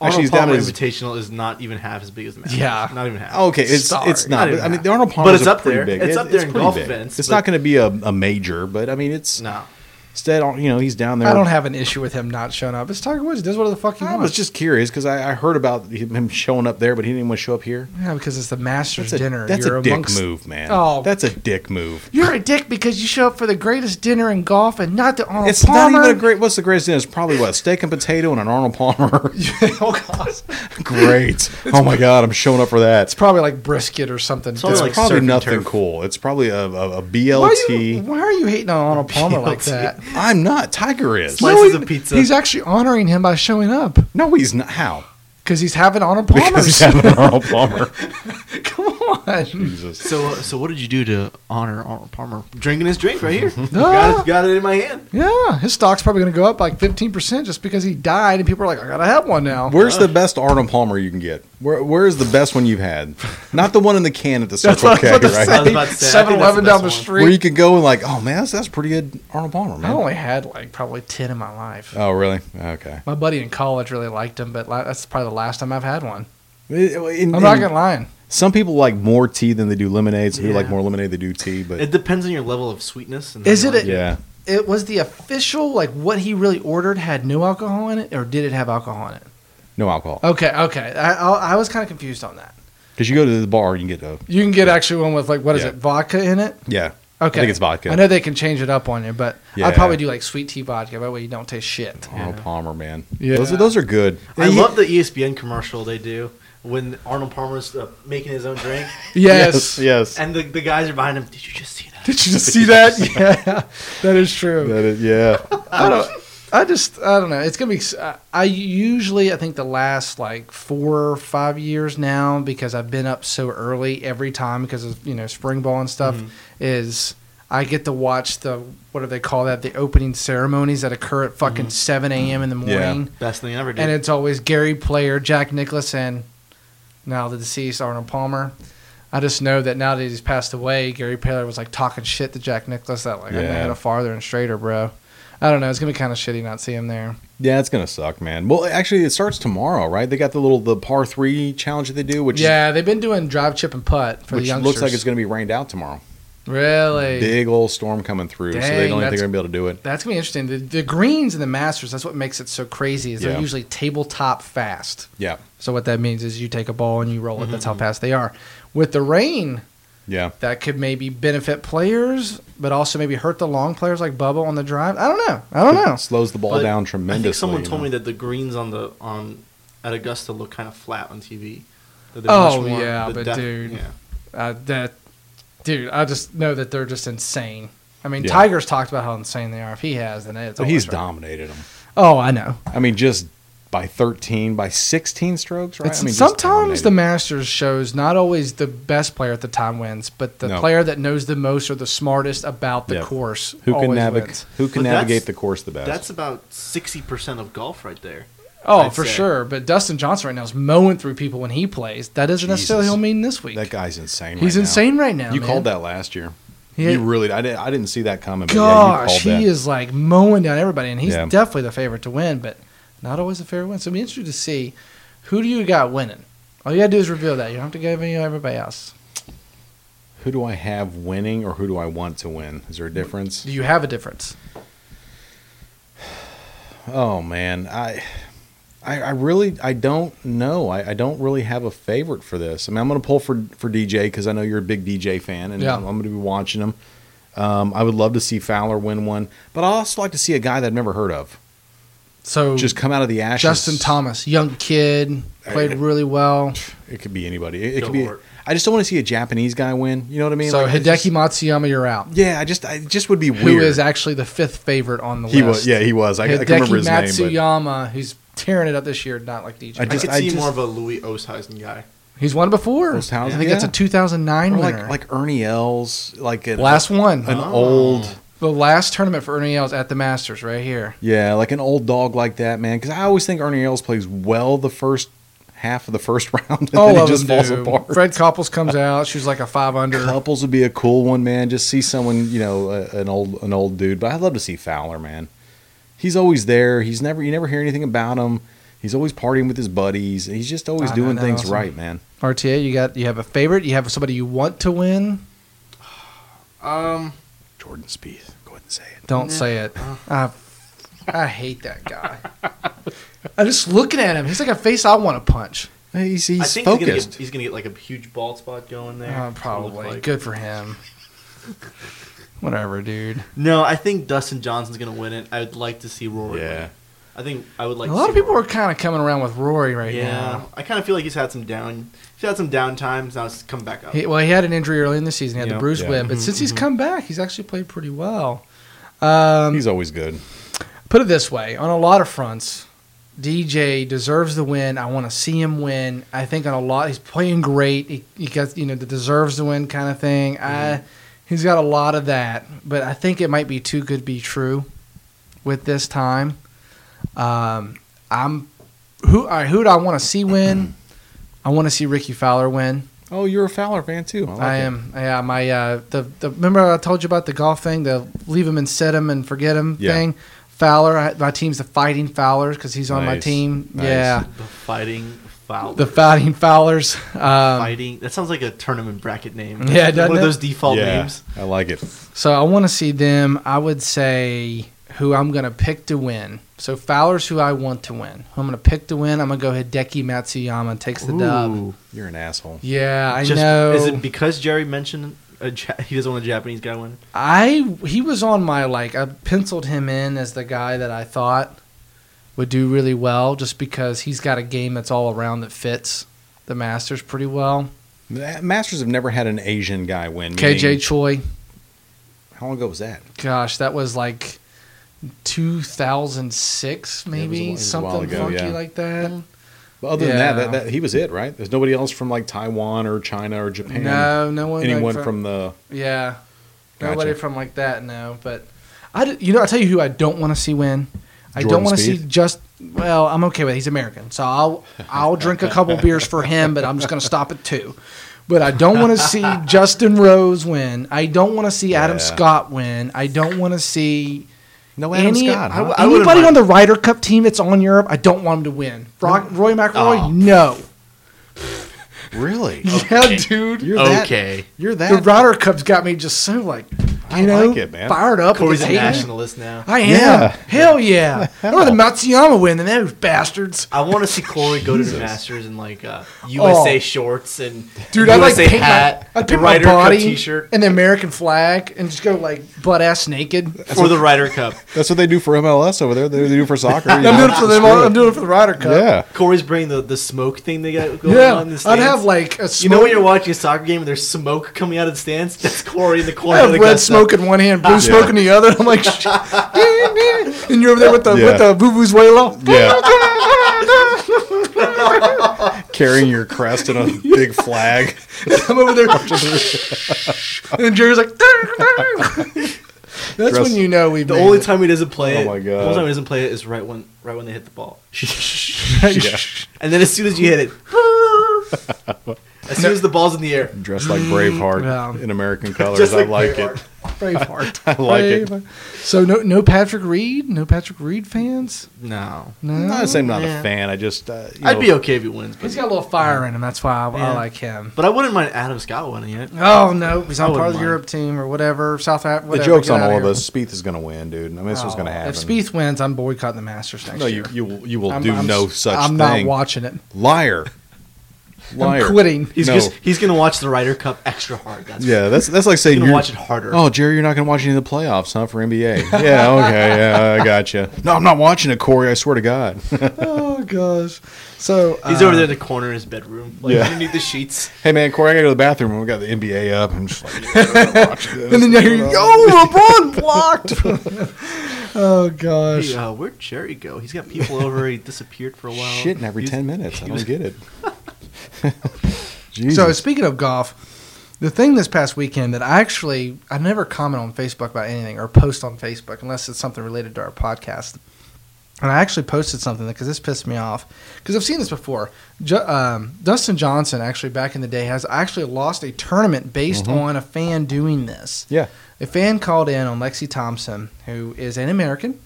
Speaker 4: Arnold
Speaker 2: he's down
Speaker 4: Palmer
Speaker 2: at his-
Speaker 4: Invitational is not even half as big as the Masters.
Speaker 1: Yeah.
Speaker 4: not even half.
Speaker 2: Okay, it's
Speaker 1: Sorry.
Speaker 2: it's not.
Speaker 4: Not even
Speaker 2: I mean,
Speaker 4: half.
Speaker 2: the Arnold
Speaker 4: But
Speaker 2: Palmer
Speaker 4: it's
Speaker 2: is a
Speaker 4: up
Speaker 2: pretty
Speaker 4: there.
Speaker 2: big.
Speaker 4: It's
Speaker 2: it-
Speaker 4: up there in
Speaker 2: pretty
Speaker 4: golf
Speaker 2: big.
Speaker 4: events,
Speaker 2: It's
Speaker 4: but-
Speaker 2: not going to be a, a major, but I mean, it's
Speaker 4: no.
Speaker 2: instead. You know, he's down there.
Speaker 1: I don't have an issue with him not showing up. It's Tiger Woods. He does whatever the fuck he
Speaker 2: I was
Speaker 1: wants.
Speaker 2: just curious because I, I heard about him showing up there, but he didn't want to show up here.
Speaker 1: yeah, because it's the Masters
Speaker 2: That's a,
Speaker 1: dinner.
Speaker 2: that's
Speaker 1: You're
Speaker 2: a dick
Speaker 1: amongst-
Speaker 2: move, man.
Speaker 1: Oh.
Speaker 2: that's a dick move.
Speaker 1: You're a dick because you show up for the greatest dinner in golf and not the Arnold
Speaker 2: It's
Speaker 1: Oh, Palmer.
Speaker 2: not even a great. What's the greatest dinner? It's probably what steak and potato and an Arnold Palmer.
Speaker 1: oh god.
Speaker 2: Great. oh my god, I'm showing up for that.
Speaker 1: It's probably like brisket or something.
Speaker 4: It's only
Speaker 1: Dude,
Speaker 4: like
Speaker 2: probably
Speaker 4: surf and
Speaker 2: nothing
Speaker 4: turf.
Speaker 2: cool. It's probably a, a, a
Speaker 1: why,
Speaker 2: BLT.
Speaker 1: are you, why are you hating on Arnold Palmer like
Speaker 4: BLT.
Speaker 1: that?
Speaker 2: I'm not. Tiger is.
Speaker 4: Slices
Speaker 1: he-
Speaker 4: of pizza.
Speaker 1: He's actually honoring him by showing up
Speaker 2: No, he's not. How?
Speaker 1: because he's having Arnold Palmer's.
Speaker 2: Because he's having an Arnold Palmer.
Speaker 1: Come Come on.
Speaker 2: Jesus.
Speaker 4: So, uh, so what did you do to honor Arnold Palmer? Drinking his drink right here. got,
Speaker 1: Ah.
Speaker 4: it, got it in my hand.
Speaker 1: Yeah, his stock's probably going to go up like 15% just because he died, and people are like, I got to have one now.
Speaker 2: Where's the best Arnold Palmer you can get? Where Where is the best one you've had? Not the one in the can at the Circle K, right?
Speaker 4: I was about to say, I think that's the
Speaker 1: 7 Eleven down the
Speaker 4: best one.
Speaker 2: Where you
Speaker 1: street.
Speaker 2: could go and like, oh man, that's, that's pretty good Arnold Palmer,
Speaker 1: I
Speaker 4: Oh.
Speaker 2: man.
Speaker 1: only had like probably 10 in my life.
Speaker 2: Oh really? Okay.
Speaker 1: My buddy in college really liked him, but la- that's probably the last time I've had one.
Speaker 2: It- in-
Speaker 1: I'm not
Speaker 2: in-
Speaker 1: going to lie.
Speaker 2: Some people like more tea than they do lemonade. Some people
Speaker 4: Yeah.
Speaker 2: like more lemonade than they do tea. But
Speaker 4: It depends on your level of sweetness. And
Speaker 1: Is
Speaker 4: how you
Speaker 1: it
Speaker 4: like
Speaker 1: a-
Speaker 2: yeah,
Speaker 1: It was the official, like what he really ordered had no alcohol in it, or did it have alcohol in it?
Speaker 2: no alcohol.
Speaker 1: Okay, okay. I, I, I was kind of confused on that.
Speaker 2: Because you go to the bar and you get a
Speaker 1: You can get actually one with like, what is
Speaker 2: Yeah.
Speaker 1: it, vodka in it?
Speaker 2: yeah.
Speaker 1: Okay.
Speaker 2: I think it's vodka.
Speaker 1: I know they can change it up on you, but
Speaker 2: Yeah.
Speaker 1: I'd probably do like sweet tea vodka. That way you don't taste shit.
Speaker 2: Arnold Palmer, man.
Speaker 1: Yeah.
Speaker 2: those are, those are good.
Speaker 4: I
Speaker 2: And you-
Speaker 4: love the E ESPN commercial they do when Arnold Palmer's uh, making his own drink,
Speaker 1: Yes.
Speaker 2: yes.
Speaker 4: and the, the guys are behind him. Did you just see that?
Speaker 1: Did you just see that? Yeah, that is true.
Speaker 2: That is- yeah.
Speaker 1: I don't. I just. I don't know. It's gonna be. s- I- I usually. I think the last like four or five years now, because I've been up so early every time because of you know spring ball and stuff, is. I get to watch the what do they call that? The opening ceremonies that occur at fucking seven a.m. in the
Speaker 2: Yeah.
Speaker 1: morning.
Speaker 4: Best thing I ever did.
Speaker 1: and it's always Gary Player, Jack Nicklaus, and now the deceased Arnold Palmer. I just know that now that he's passed away, Gary Player was like talking shit to Jack Nicklaus that like I
Speaker 2: Yeah.
Speaker 1: know how to farther and straighter, bro. I don't know. It's gonna be kind of shitty not see him there.
Speaker 2: Yeah, it's gonna suck, man. Well, actually, it starts tomorrow, right? They got the little the par three challenge that they do, which
Speaker 1: yeah, they've been doing drive, chip, and putt for
Speaker 2: which
Speaker 1: the youngsters.
Speaker 2: looks like it's gonna be rained out tomorrow.
Speaker 1: really.
Speaker 2: Big old storm coming through, so they
Speaker 1: Dang,
Speaker 2: don't think they're
Speaker 1: that's-
Speaker 2: gonna be able to do it.
Speaker 1: That's gonna be interesting. The, the greens and the masters. That's what makes it so crazy. Is
Speaker 2: Yeah.
Speaker 1: they're usually tabletop fast.
Speaker 2: Yeah, Mm-hmm.
Speaker 1: So what that means is you take a ball and you roll it. That's how fast they are. With the rain,
Speaker 2: yeah.
Speaker 1: that could maybe benefit players, but also maybe hurt the long players like Bubba on the drive. I don't know. I don't know.
Speaker 2: It slows the ball
Speaker 4: But
Speaker 2: down
Speaker 4: I
Speaker 2: tremendously.
Speaker 4: think someone
Speaker 2: you
Speaker 4: told
Speaker 2: know?
Speaker 4: me that the greens on the on at Augusta look kind of flat on TV. That they're
Speaker 1: Oh,
Speaker 4: much
Speaker 1: yeah,
Speaker 4: the
Speaker 1: but dude.
Speaker 4: yeah.
Speaker 1: Uh, that dude, I just know that they're just insane. I mean,
Speaker 2: Yeah.
Speaker 1: Tiger's talked about how insane they are. If he has, then it's
Speaker 2: But he's
Speaker 1: always right.
Speaker 2: dominated them.
Speaker 1: Oh, I know.
Speaker 2: I mean, just by thirteen, by sixteen strokes, right?
Speaker 1: It's,
Speaker 2: I mean, just
Speaker 1: sometimes the
Speaker 2: dominated.
Speaker 1: Masters shows not always the best player at the time wins, but the
Speaker 2: No.
Speaker 1: player that knows the most or the smartest about the
Speaker 2: Yep.
Speaker 1: course
Speaker 2: who can
Speaker 1: always
Speaker 2: navigate
Speaker 1: wins.
Speaker 2: who can
Speaker 4: But that's-
Speaker 2: navigate the course the best.
Speaker 4: That's about sixty percent of golf right there.
Speaker 1: Oh,
Speaker 4: I'd
Speaker 1: for
Speaker 4: say.
Speaker 1: sure. But Dustin Johnson right now is mowing through people when he plays. That doesn't necessarily
Speaker 2: Jesus.
Speaker 1: he'll mean this week.
Speaker 2: that guy's insane.
Speaker 1: He's
Speaker 2: right now.
Speaker 1: insane right now.
Speaker 2: You
Speaker 1: man.
Speaker 2: called that last year.
Speaker 1: He-
Speaker 2: You really, I didn't, I didn't see that coming.
Speaker 1: gosh,
Speaker 2: but yeah, you called
Speaker 1: he
Speaker 2: that.
Speaker 1: is like mowing down everybody, and he's
Speaker 2: Yeah.
Speaker 1: definitely the favorite to win, but not always a fair win. So it'll be interesting to see who do you got winning. All you gotta do is reveal that. You don't have to give any to everybody else.
Speaker 2: Who do I have winning, or who do I want to win? Is there a difference?
Speaker 1: Do you have a difference?
Speaker 2: Oh man, I, I, I really, I don't know. I, I don't really have a favorite for this. I mean, I'm going to pull for for DJ because I know you're a big DJ fan, and
Speaker 1: Yeah.
Speaker 2: I'm, going to be watching him. Um, I would love to see Fowler win one, but I also like to see a guy that I've never heard of
Speaker 1: So
Speaker 2: just come out of the ashes.
Speaker 1: Justin Thomas, young kid, played really well.
Speaker 2: It could be anybody. It, it could
Speaker 4: Go
Speaker 2: be.
Speaker 4: for it.
Speaker 2: I just don't want to see a Japanese guy win. You know what I mean?
Speaker 1: so
Speaker 2: Like, it's
Speaker 1: Hideki
Speaker 2: just-
Speaker 1: Matsuyama, you're out.
Speaker 2: Yeah, I just, I it just would be
Speaker 1: Who
Speaker 2: weird.
Speaker 1: is actually the fifth favorite on the
Speaker 2: He
Speaker 1: list?
Speaker 2: was. Yeah, he was. I, I
Speaker 1: Hideki
Speaker 2: can remember his name. But
Speaker 1: Matsuyama, who's tearing it up this year, not like DJ.
Speaker 2: I
Speaker 4: I
Speaker 2: just-
Speaker 4: could see more of a Louis Oosthuizen guy.
Speaker 1: He's won before. I
Speaker 2: Holsthausen,
Speaker 1: think that's a
Speaker 2: yeah.
Speaker 1: 2009
Speaker 2: or
Speaker 1: winner.
Speaker 2: like like Ernie Els, like an,
Speaker 1: last one.
Speaker 2: an old
Speaker 1: The last tournament for Ernie Els at the Masters, right here.
Speaker 2: yeah, like an old dog like that man. Because I always think Ernie Els plays well the first half of the first round, and
Speaker 1: All
Speaker 2: then he
Speaker 1: of
Speaker 2: just
Speaker 1: them
Speaker 2: falls
Speaker 1: do.
Speaker 2: apart.
Speaker 1: Fred Couples comes out. She's like a five under.
Speaker 2: Couples would be a cool one, man. Just see someone, you know, a, an old an old dude. But I'd love to see Fowler, man. He's always there. He's never you never hear anything about him. He's always partying with his buddies. He's just
Speaker 1: I
Speaker 2: always
Speaker 1: know,
Speaker 2: doing
Speaker 1: that's
Speaker 2: things
Speaker 1: awesome.
Speaker 2: right, man.
Speaker 1: RTA, you got you have a favorite. You have somebody you want to win.
Speaker 4: Um,
Speaker 2: Jordan Spieth, go ahead and say it.
Speaker 1: Don't say it. I, I hate that guy. I'm just looking at him. He's like a face I want to punch.
Speaker 2: He's,
Speaker 4: I
Speaker 2: he's
Speaker 4: think he's gonna, get,
Speaker 2: focused.
Speaker 4: he's gonna get like a huge bald spot going there.
Speaker 1: Uh,
Speaker 4: It's gonna look
Speaker 1: probably
Speaker 4: like-
Speaker 1: good for him. Whatever, dude.
Speaker 4: No, I think Dustin Johnson's gonna win it. I would like to see Rory. win
Speaker 2: yeah.
Speaker 4: it. I think I would like.
Speaker 1: a
Speaker 4: to
Speaker 1: lot
Speaker 4: see
Speaker 1: of people
Speaker 4: Rory.
Speaker 1: are kind of coming around with Rory right
Speaker 4: Yeah,
Speaker 1: now.
Speaker 4: I kind of feel like he's had some down. He's had some down times. Now it's come back up.
Speaker 1: He, well, he had an injury early in the season. He had
Speaker 4: Yeah.
Speaker 1: the bruised
Speaker 2: Yeah.
Speaker 1: whip,
Speaker 4: Mm-hmm.
Speaker 1: but since he's come back, he's actually played pretty well. Um,
Speaker 2: He's always good.
Speaker 1: put it this way: on a lot of fronts, DJ deserves the win. I want to see him win. I think on a lot, he's playing great. He, he got you know the deserves the win kind of thing. I he's got a lot of that, but I think it might be too good to be true with this time. Um, I'm who I who do I want to see win? I want to see Ricky Fowler win.
Speaker 2: Oh, you're a Fowler fan too. like
Speaker 1: I
Speaker 2: it.
Speaker 1: am. Yeah, my uh, the the remember I told you about the golf thing, the leave him and set him and forget him
Speaker 2: Yeah.
Speaker 1: thing. Fowler, I, my team's the Fighting Fowlers because he's on my
Speaker 2: Nice.
Speaker 1: team.
Speaker 2: Nice.
Speaker 1: Yeah,
Speaker 4: The fighting foul.
Speaker 1: the Fighting Fowlers. Um,
Speaker 4: fighting. That sounds like a tournament bracket name.
Speaker 1: Yeah, doesn't
Speaker 4: one
Speaker 1: it?
Speaker 4: of those default
Speaker 2: Yeah,
Speaker 4: names.
Speaker 2: I like it.
Speaker 1: so I want to see them. I would say who I'm going to pick to win. So Fowler's who I want to win. Who I'm going to pick to win. I'm going to go ahead. Deki Matsuyama takes the dub.
Speaker 4: Ooh.
Speaker 2: You're an asshole.
Speaker 1: Yeah, I
Speaker 4: Just-
Speaker 1: know.
Speaker 4: Is it because Jerry mentioned a ja- he doesn't want a Japanese guy win?
Speaker 1: I he was on my like I penciled him in as the guy that I thought would do really well just because he's got a game that's all around that fits the Masters pretty well.
Speaker 2: The Masters have never had an Asian guy win.
Speaker 1: KJ
Speaker 2: meaning-
Speaker 1: Choi,
Speaker 2: how long ago was that?
Speaker 1: gosh, that was like 2006
Speaker 2: it was a
Speaker 1: maybe
Speaker 2: wh- it was a
Speaker 1: something
Speaker 2: while ago,
Speaker 1: funky
Speaker 2: yeah.
Speaker 1: like that.
Speaker 2: But other than that,
Speaker 1: Yeah.
Speaker 2: that, that, he was it, right? There's nobody else from like Taiwan or China or Japan.
Speaker 1: No, no one like,
Speaker 2: anyone from the
Speaker 1: yeah,
Speaker 2: Gotcha.
Speaker 1: nobody from like that. No, but I d- you know I tell you who I don't want to see win. I
Speaker 2: Jordan
Speaker 1: don't want to see
Speaker 2: Spieth?
Speaker 1: just well. I'm okay with it. he's American, so I'll I'll drink a couple beers for him, but I'm just going to stop at two. But I don't want to see Justin Rose win. I don't want to see Adam
Speaker 2: Yeah.
Speaker 1: Scott win. I don't want to see
Speaker 2: no Adam
Speaker 1: any,
Speaker 2: Scott. huh?
Speaker 1: I- anybody on the Ryder Cup team that's on Europe. I don't want him to win. Rock, Roy McIlroy,
Speaker 2: Oh.
Speaker 1: no.
Speaker 2: really?
Speaker 1: Yeah, dude.
Speaker 2: You're
Speaker 5: Okay.
Speaker 2: That, you're that.
Speaker 1: the Ryder Cup's got me just so like,
Speaker 2: I
Speaker 1: you know,
Speaker 2: like it, man.
Speaker 1: fired up.
Speaker 4: Corey's
Speaker 1: with
Speaker 4: a
Speaker 1: hate.
Speaker 4: nationalist now.
Speaker 1: I am.
Speaker 2: Yeah.
Speaker 1: Hell yeah. I want the Matsuyama win, and those bastards.
Speaker 4: I want to see Corey go to the Masters in like uh, USA shorts and
Speaker 1: Oh. Dude, I'd like
Speaker 4: USA
Speaker 1: paint
Speaker 4: hat,
Speaker 1: my,
Speaker 4: the
Speaker 1: I'd paint my
Speaker 4: Ryder Cup
Speaker 1: body
Speaker 4: t-shirt
Speaker 1: and the American flag and just go like butt ass naked.
Speaker 4: for the Ryder Cup.
Speaker 2: That's what they do for MLS over there. They do for soccer. you
Speaker 1: I'm
Speaker 2: know?
Speaker 1: doing it for them. all- I'm doing it for the Ryder Cup.
Speaker 2: Yeah.
Speaker 4: Corey's bringing the, the smoke thing they got going on. In
Speaker 1: Yeah.
Speaker 4: the
Speaker 1: I'd
Speaker 4: stands.
Speaker 1: have like a smoke.
Speaker 4: You know when you're watching a soccer game and there's smoke coming out of the stands? That's Corey in the corner.
Speaker 1: I have
Speaker 4: that
Speaker 1: red
Speaker 4: got
Speaker 1: smoke in one hand, blue smoke in the other. I'm like, "Shh." and you're over there with the
Speaker 2: Yeah.
Speaker 1: with the boo boo's wailing.
Speaker 2: Yeah. Carrying your crest and a big flag.
Speaker 1: I'm over there, and Jerry's like, that's
Speaker 2: Dress-
Speaker 1: when you know we've
Speaker 4: The
Speaker 1: made
Speaker 4: only
Speaker 1: it.
Speaker 4: time he doesn't play
Speaker 2: Oh
Speaker 4: it,
Speaker 2: my God.
Speaker 4: the only time he doesn't play it is right when right when they hit the ball.
Speaker 2: yeah.
Speaker 4: And then as soon as you hit it, as soon as the ball's in the air,
Speaker 2: Dressed like Braveheart
Speaker 1: Yeah.
Speaker 2: in American colors.
Speaker 4: Just
Speaker 2: I
Speaker 4: like
Speaker 2: like
Speaker 4: Braveheart.
Speaker 2: it.
Speaker 1: Braveheart.
Speaker 2: I like it.
Speaker 1: Braveheart. So no, no Patrick Reed, no Patrick Reed fans.
Speaker 4: no,
Speaker 1: No,
Speaker 2: I'm not saying I'm not
Speaker 4: Yeah.
Speaker 2: a fan. I just uh, you
Speaker 4: I'd
Speaker 2: know,
Speaker 4: be okay if he wins, but
Speaker 1: he's got a little fire in him. That's why I, I
Speaker 4: Yeah.
Speaker 1: like him.
Speaker 4: but I wouldn't mind Adam Scott winning it.
Speaker 1: Oh no, he's not
Speaker 4: wouldn't
Speaker 1: part of the
Speaker 4: mind.
Speaker 1: Europe team or whatever. South Africa.
Speaker 2: the joke's on all of us. Speeth is going to win, dude. I mean, this was going to happen.
Speaker 1: Oh, If Spieth wins, I'm boycotting the Masters next
Speaker 2: no,
Speaker 1: year.
Speaker 2: you you will, you will
Speaker 1: I'm-
Speaker 2: do
Speaker 1: I'm-
Speaker 2: no such
Speaker 1: I'm
Speaker 2: thing.
Speaker 1: not watching it.
Speaker 2: Liar. Liar.
Speaker 1: I'm quitting.
Speaker 4: He's
Speaker 2: No.
Speaker 4: just he's gonna watch the Ryder Cup extra hard. That's
Speaker 2: Yeah, that's that's like
Speaker 4: He's
Speaker 2: saying
Speaker 4: gonna
Speaker 2: you're
Speaker 4: watch it harder.
Speaker 2: Oh, Jerry, you're not going to watch any of the playoffs, huh? For NBA. yeah. Okay. Yeah, I gotcha. No, I'm not watching it, Corey. I swear to God.
Speaker 1: Oh gosh. So
Speaker 4: he's
Speaker 1: uh,
Speaker 4: over there in the corner in his bedroom, like
Speaker 2: Yeah.
Speaker 4: underneath the sheets.
Speaker 2: hey, man, Corey, I got to go to the bathroom. We got the NBA up. I'm just like,
Speaker 1: And then you hear, yo, LeBron blocked. oh gosh.
Speaker 4: Hey, uh, where'd Jerry go? He's got people over. He disappeared for a while.
Speaker 2: shitting every
Speaker 4: He's-
Speaker 2: ten minutes. I don't get it.
Speaker 1: So
Speaker 2: Jesus.
Speaker 1: speaking of golf, the thing this past weekend that I actually I never comment on Facebook about anything or post on Facebook unless it's something related to our podcast. And I actually posted something because this pissed me off because I've seen this before. Ju- um, Dustin Johnson actually back in the day has actually lost a tournament based on a fan doing this.
Speaker 2: Mm-hmm. Yeah.
Speaker 1: a fan called in on Lexi Thompson, who is an American.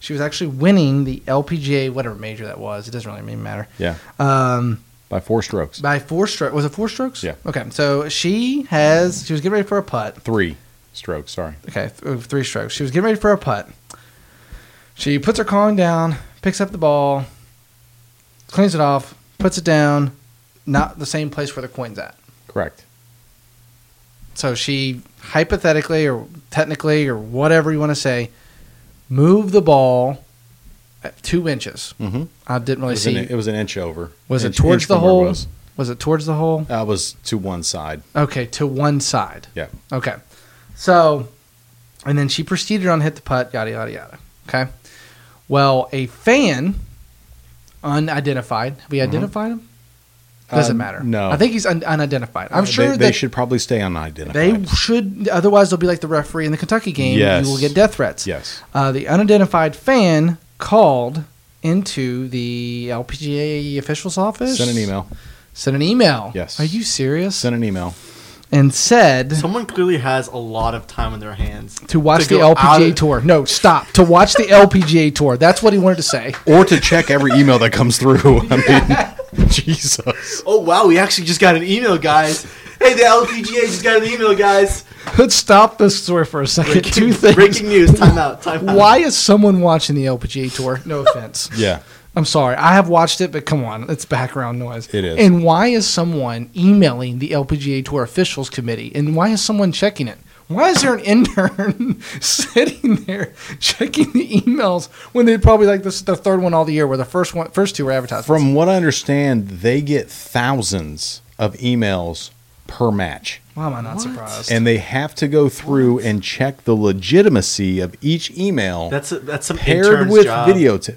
Speaker 1: She was actually winning the LPGA, whatever major that was. It doesn't really even matter.
Speaker 2: Yeah.
Speaker 1: Um,
Speaker 2: By four strokes.
Speaker 1: by four stroke was it four strokes?
Speaker 2: Yeah.
Speaker 1: Okay, so she has she was getting ready for a putt.
Speaker 2: Three strokes. Sorry.
Speaker 1: Okay, th- three strokes. She was getting ready for a putt. She puts her con down, picks up the ball, cleans it off, puts it down, not the same place where the coin's at.
Speaker 2: Correct.
Speaker 1: So she hypothetically or technically or whatever you want to say, moved the ball at two inches.
Speaker 2: Mm-hmm.
Speaker 1: I didn't
Speaker 2: It
Speaker 1: really
Speaker 2: was,
Speaker 1: see.
Speaker 2: an, it was an inch over.
Speaker 1: was it
Speaker 2: Inch-
Speaker 1: towards
Speaker 2: inch
Speaker 1: the
Speaker 2: from where it
Speaker 1: hole?
Speaker 2: Was.
Speaker 1: was it towards the hole?
Speaker 2: I was to one side.
Speaker 1: Okay, to one side.
Speaker 2: Yeah.
Speaker 1: Okay. So, and then she proceeded on hit the putt, yada, yada, yada. Okay. Well, a fan unidentified. Have we identified him? Doesn't
Speaker 2: Mm-hmm. Uh,
Speaker 1: matter.
Speaker 2: no.
Speaker 1: I think he's un- unidentified. I'm
Speaker 2: They-
Speaker 1: sure
Speaker 2: they,
Speaker 1: that
Speaker 2: should probably stay
Speaker 1: They
Speaker 2: unidentified.
Speaker 1: should, otherwise they'll be like the referee in the Kentucky game.
Speaker 2: Yes.
Speaker 1: You will get death threats.
Speaker 2: yes.
Speaker 1: Uh, the unidentified fan called into the LPGA official's office.
Speaker 2: Send an email.
Speaker 1: Sent an email.
Speaker 2: Yes.
Speaker 1: Are you serious?
Speaker 2: Send an email.
Speaker 1: and said
Speaker 4: Someone clearly has a lot of time on their hands.
Speaker 1: to watch
Speaker 4: to
Speaker 1: the
Speaker 4: go out
Speaker 1: LPGA
Speaker 4: of-
Speaker 1: tour. No, stop. To watch the LPGA tour. That's what he wanted to say.
Speaker 2: Or to check every email that comes through. I mean, Jesus.
Speaker 4: Oh wow, we actually just got an email, guys. hey, the LPGA just got an email, guys.
Speaker 1: Let's stop this story for a second. Two things.
Speaker 4: Breaking news. Time out. Time out.
Speaker 1: Why is someone watching the LPGA tour? No offense.
Speaker 2: Yeah.
Speaker 1: I'm sorry. I have watched it, but come on, it's background noise.
Speaker 2: It is.
Speaker 1: And why is someone emailing the LPGA Tour Officials Committee? And why is someone checking it? Why is there an intern sitting there checking the emails when they probably like this is the third one all the year, where the first one, first two were advertised?
Speaker 2: From what I understand, they get thousands of emails per match.
Speaker 1: why am I not surprised?
Speaker 2: And they have to go through and check the legitimacy of each email
Speaker 4: That's a, that's some
Speaker 2: paired
Speaker 4: intern's
Speaker 2: with
Speaker 4: job.
Speaker 2: videotape.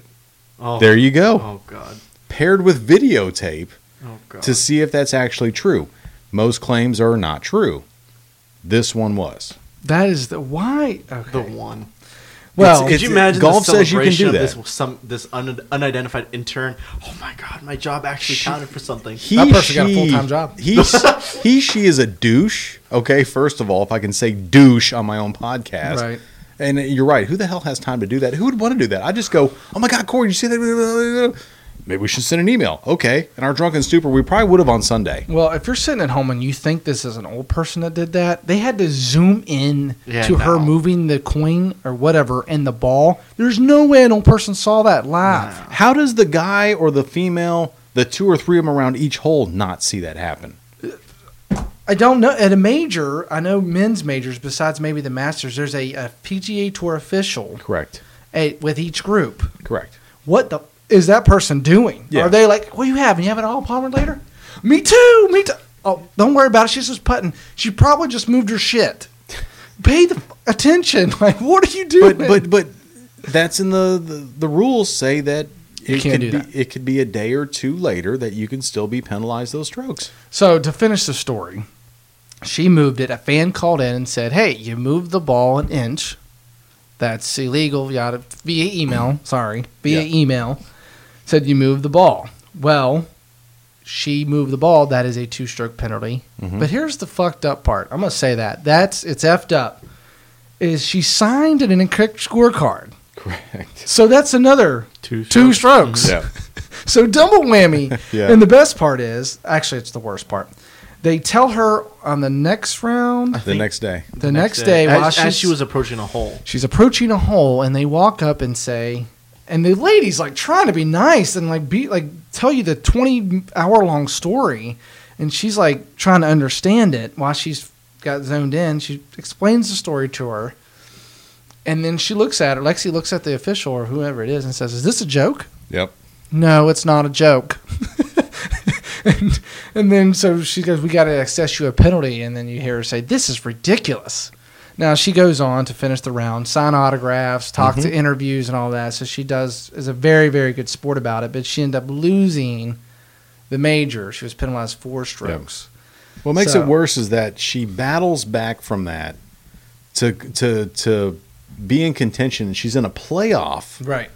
Speaker 4: Oh,
Speaker 2: There you go.
Speaker 4: Oh god.
Speaker 2: Paired with videotape
Speaker 4: Oh god.
Speaker 2: to see if that's actually true. Most claims are not true. This one was.
Speaker 1: that is the why. Okay.
Speaker 4: the one.
Speaker 1: well, uh,
Speaker 2: It's-
Speaker 4: Could you imagine
Speaker 2: golf
Speaker 4: the
Speaker 2: says you can
Speaker 4: celebration
Speaker 2: do
Speaker 4: of
Speaker 2: that.
Speaker 4: This, some, this un, unidentified intern. Oh my god, my job actually counted for something.
Speaker 2: He,
Speaker 1: That person got a full-time job.
Speaker 2: He, he, she is a douche. Okay, first of all, if I can say douche on my own podcast,
Speaker 1: Right.
Speaker 2: And you're right. Who the hell has time to do that? Who would want to do that? I just go, oh my god, Corey, you see that? Maybe we should send an email. Okay, and our drunken stupor, we probably would have on Sunday.
Speaker 1: Well, if you're sitting at home and you think this is an old person that did that, they had to zoom in
Speaker 4: Yeah,
Speaker 1: to her
Speaker 4: no.
Speaker 1: moving the coin or whatever and the ball. There's no way an old person saw that live.
Speaker 2: How does the guy or the female, the two or three of them around each hole, not see that happen?
Speaker 1: I don't know. At a major, I know men's majors, besides maybe the Masters, there's a, a PGA Tour official
Speaker 2: Correct.
Speaker 1: at, with each group.
Speaker 2: Correct.
Speaker 1: What the is that person doing?
Speaker 2: Yeah.
Speaker 1: Are they like, what do you have? You have an all palmer later? Me too. Me too. Oh, don't worry about it. She's just putting. She probably just moved her shit. Pay the f- attention. Like, what are you doing?
Speaker 2: but but but that's in the the, the rules say that
Speaker 1: You
Speaker 2: it
Speaker 1: can't
Speaker 2: could
Speaker 1: do
Speaker 2: be
Speaker 1: that.
Speaker 2: it could be a day or two later that you can still be penalized those strokes.
Speaker 1: So to finish the story, she moved it. A fan called in and said, "Hey, you moved the ball an inch. That's illegal." Via via email. Sorry, via
Speaker 2: Mm-hmm. Yeah.
Speaker 1: email. Said you moved the ball. Well, she moved the ball. That is a two-stroke penalty.
Speaker 2: Mm-hmm.
Speaker 1: But here's the fucked up part. I'm gonna say that. That's it's effed up. Is she signed an incorrect scorecard?
Speaker 2: Correct.
Speaker 1: So that's another
Speaker 4: Two
Speaker 1: two strokes.
Speaker 2: Yeah.
Speaker 1: So double whammy.
Speaker 2: Yeah.
Speaker 1: And the best part is, actually, it's the worst part. They tell her on the next
Speaker 4: Uh,
Speaker 1: round,
Speaker 2: the next day.
Speaker 1: the, next, day,
Speaker 4: as,
Speaker 1: while
Speaker 4: as
Speaker 1: she's,
Speaker 4: she was approaching a hole.
Speaker 1: she's approaching a hole, and they walk up and say, and the lady's like trying to be nice and like be like tell you the twenty hour long story, and she's like trying to understand it while she's got zoned in. She explains the story to her, and then she looks at her. Lexi looks at the official or whoever it is and says, "Is this a joke?"
Speaker 2: Yep.
Speaker 1: no, it's not a joke. and, and then so she goes, we got to assess you a penalty. And then you hear her say, this is ridiculous. Now she goes on to finish the round, sign autographs, talk
Speaker 2: Mm-hmm.
Speaker 1: to interviews and all that. So she does is a very very good sport about it, but she ended up losing the major. She was penalized four strokes.
Speaker 2: What makes
Speaker 1: So-
Speaker 2: it worse is that she battles back from that to to to be in contention. She's in a playoff
Speaker 1: Right.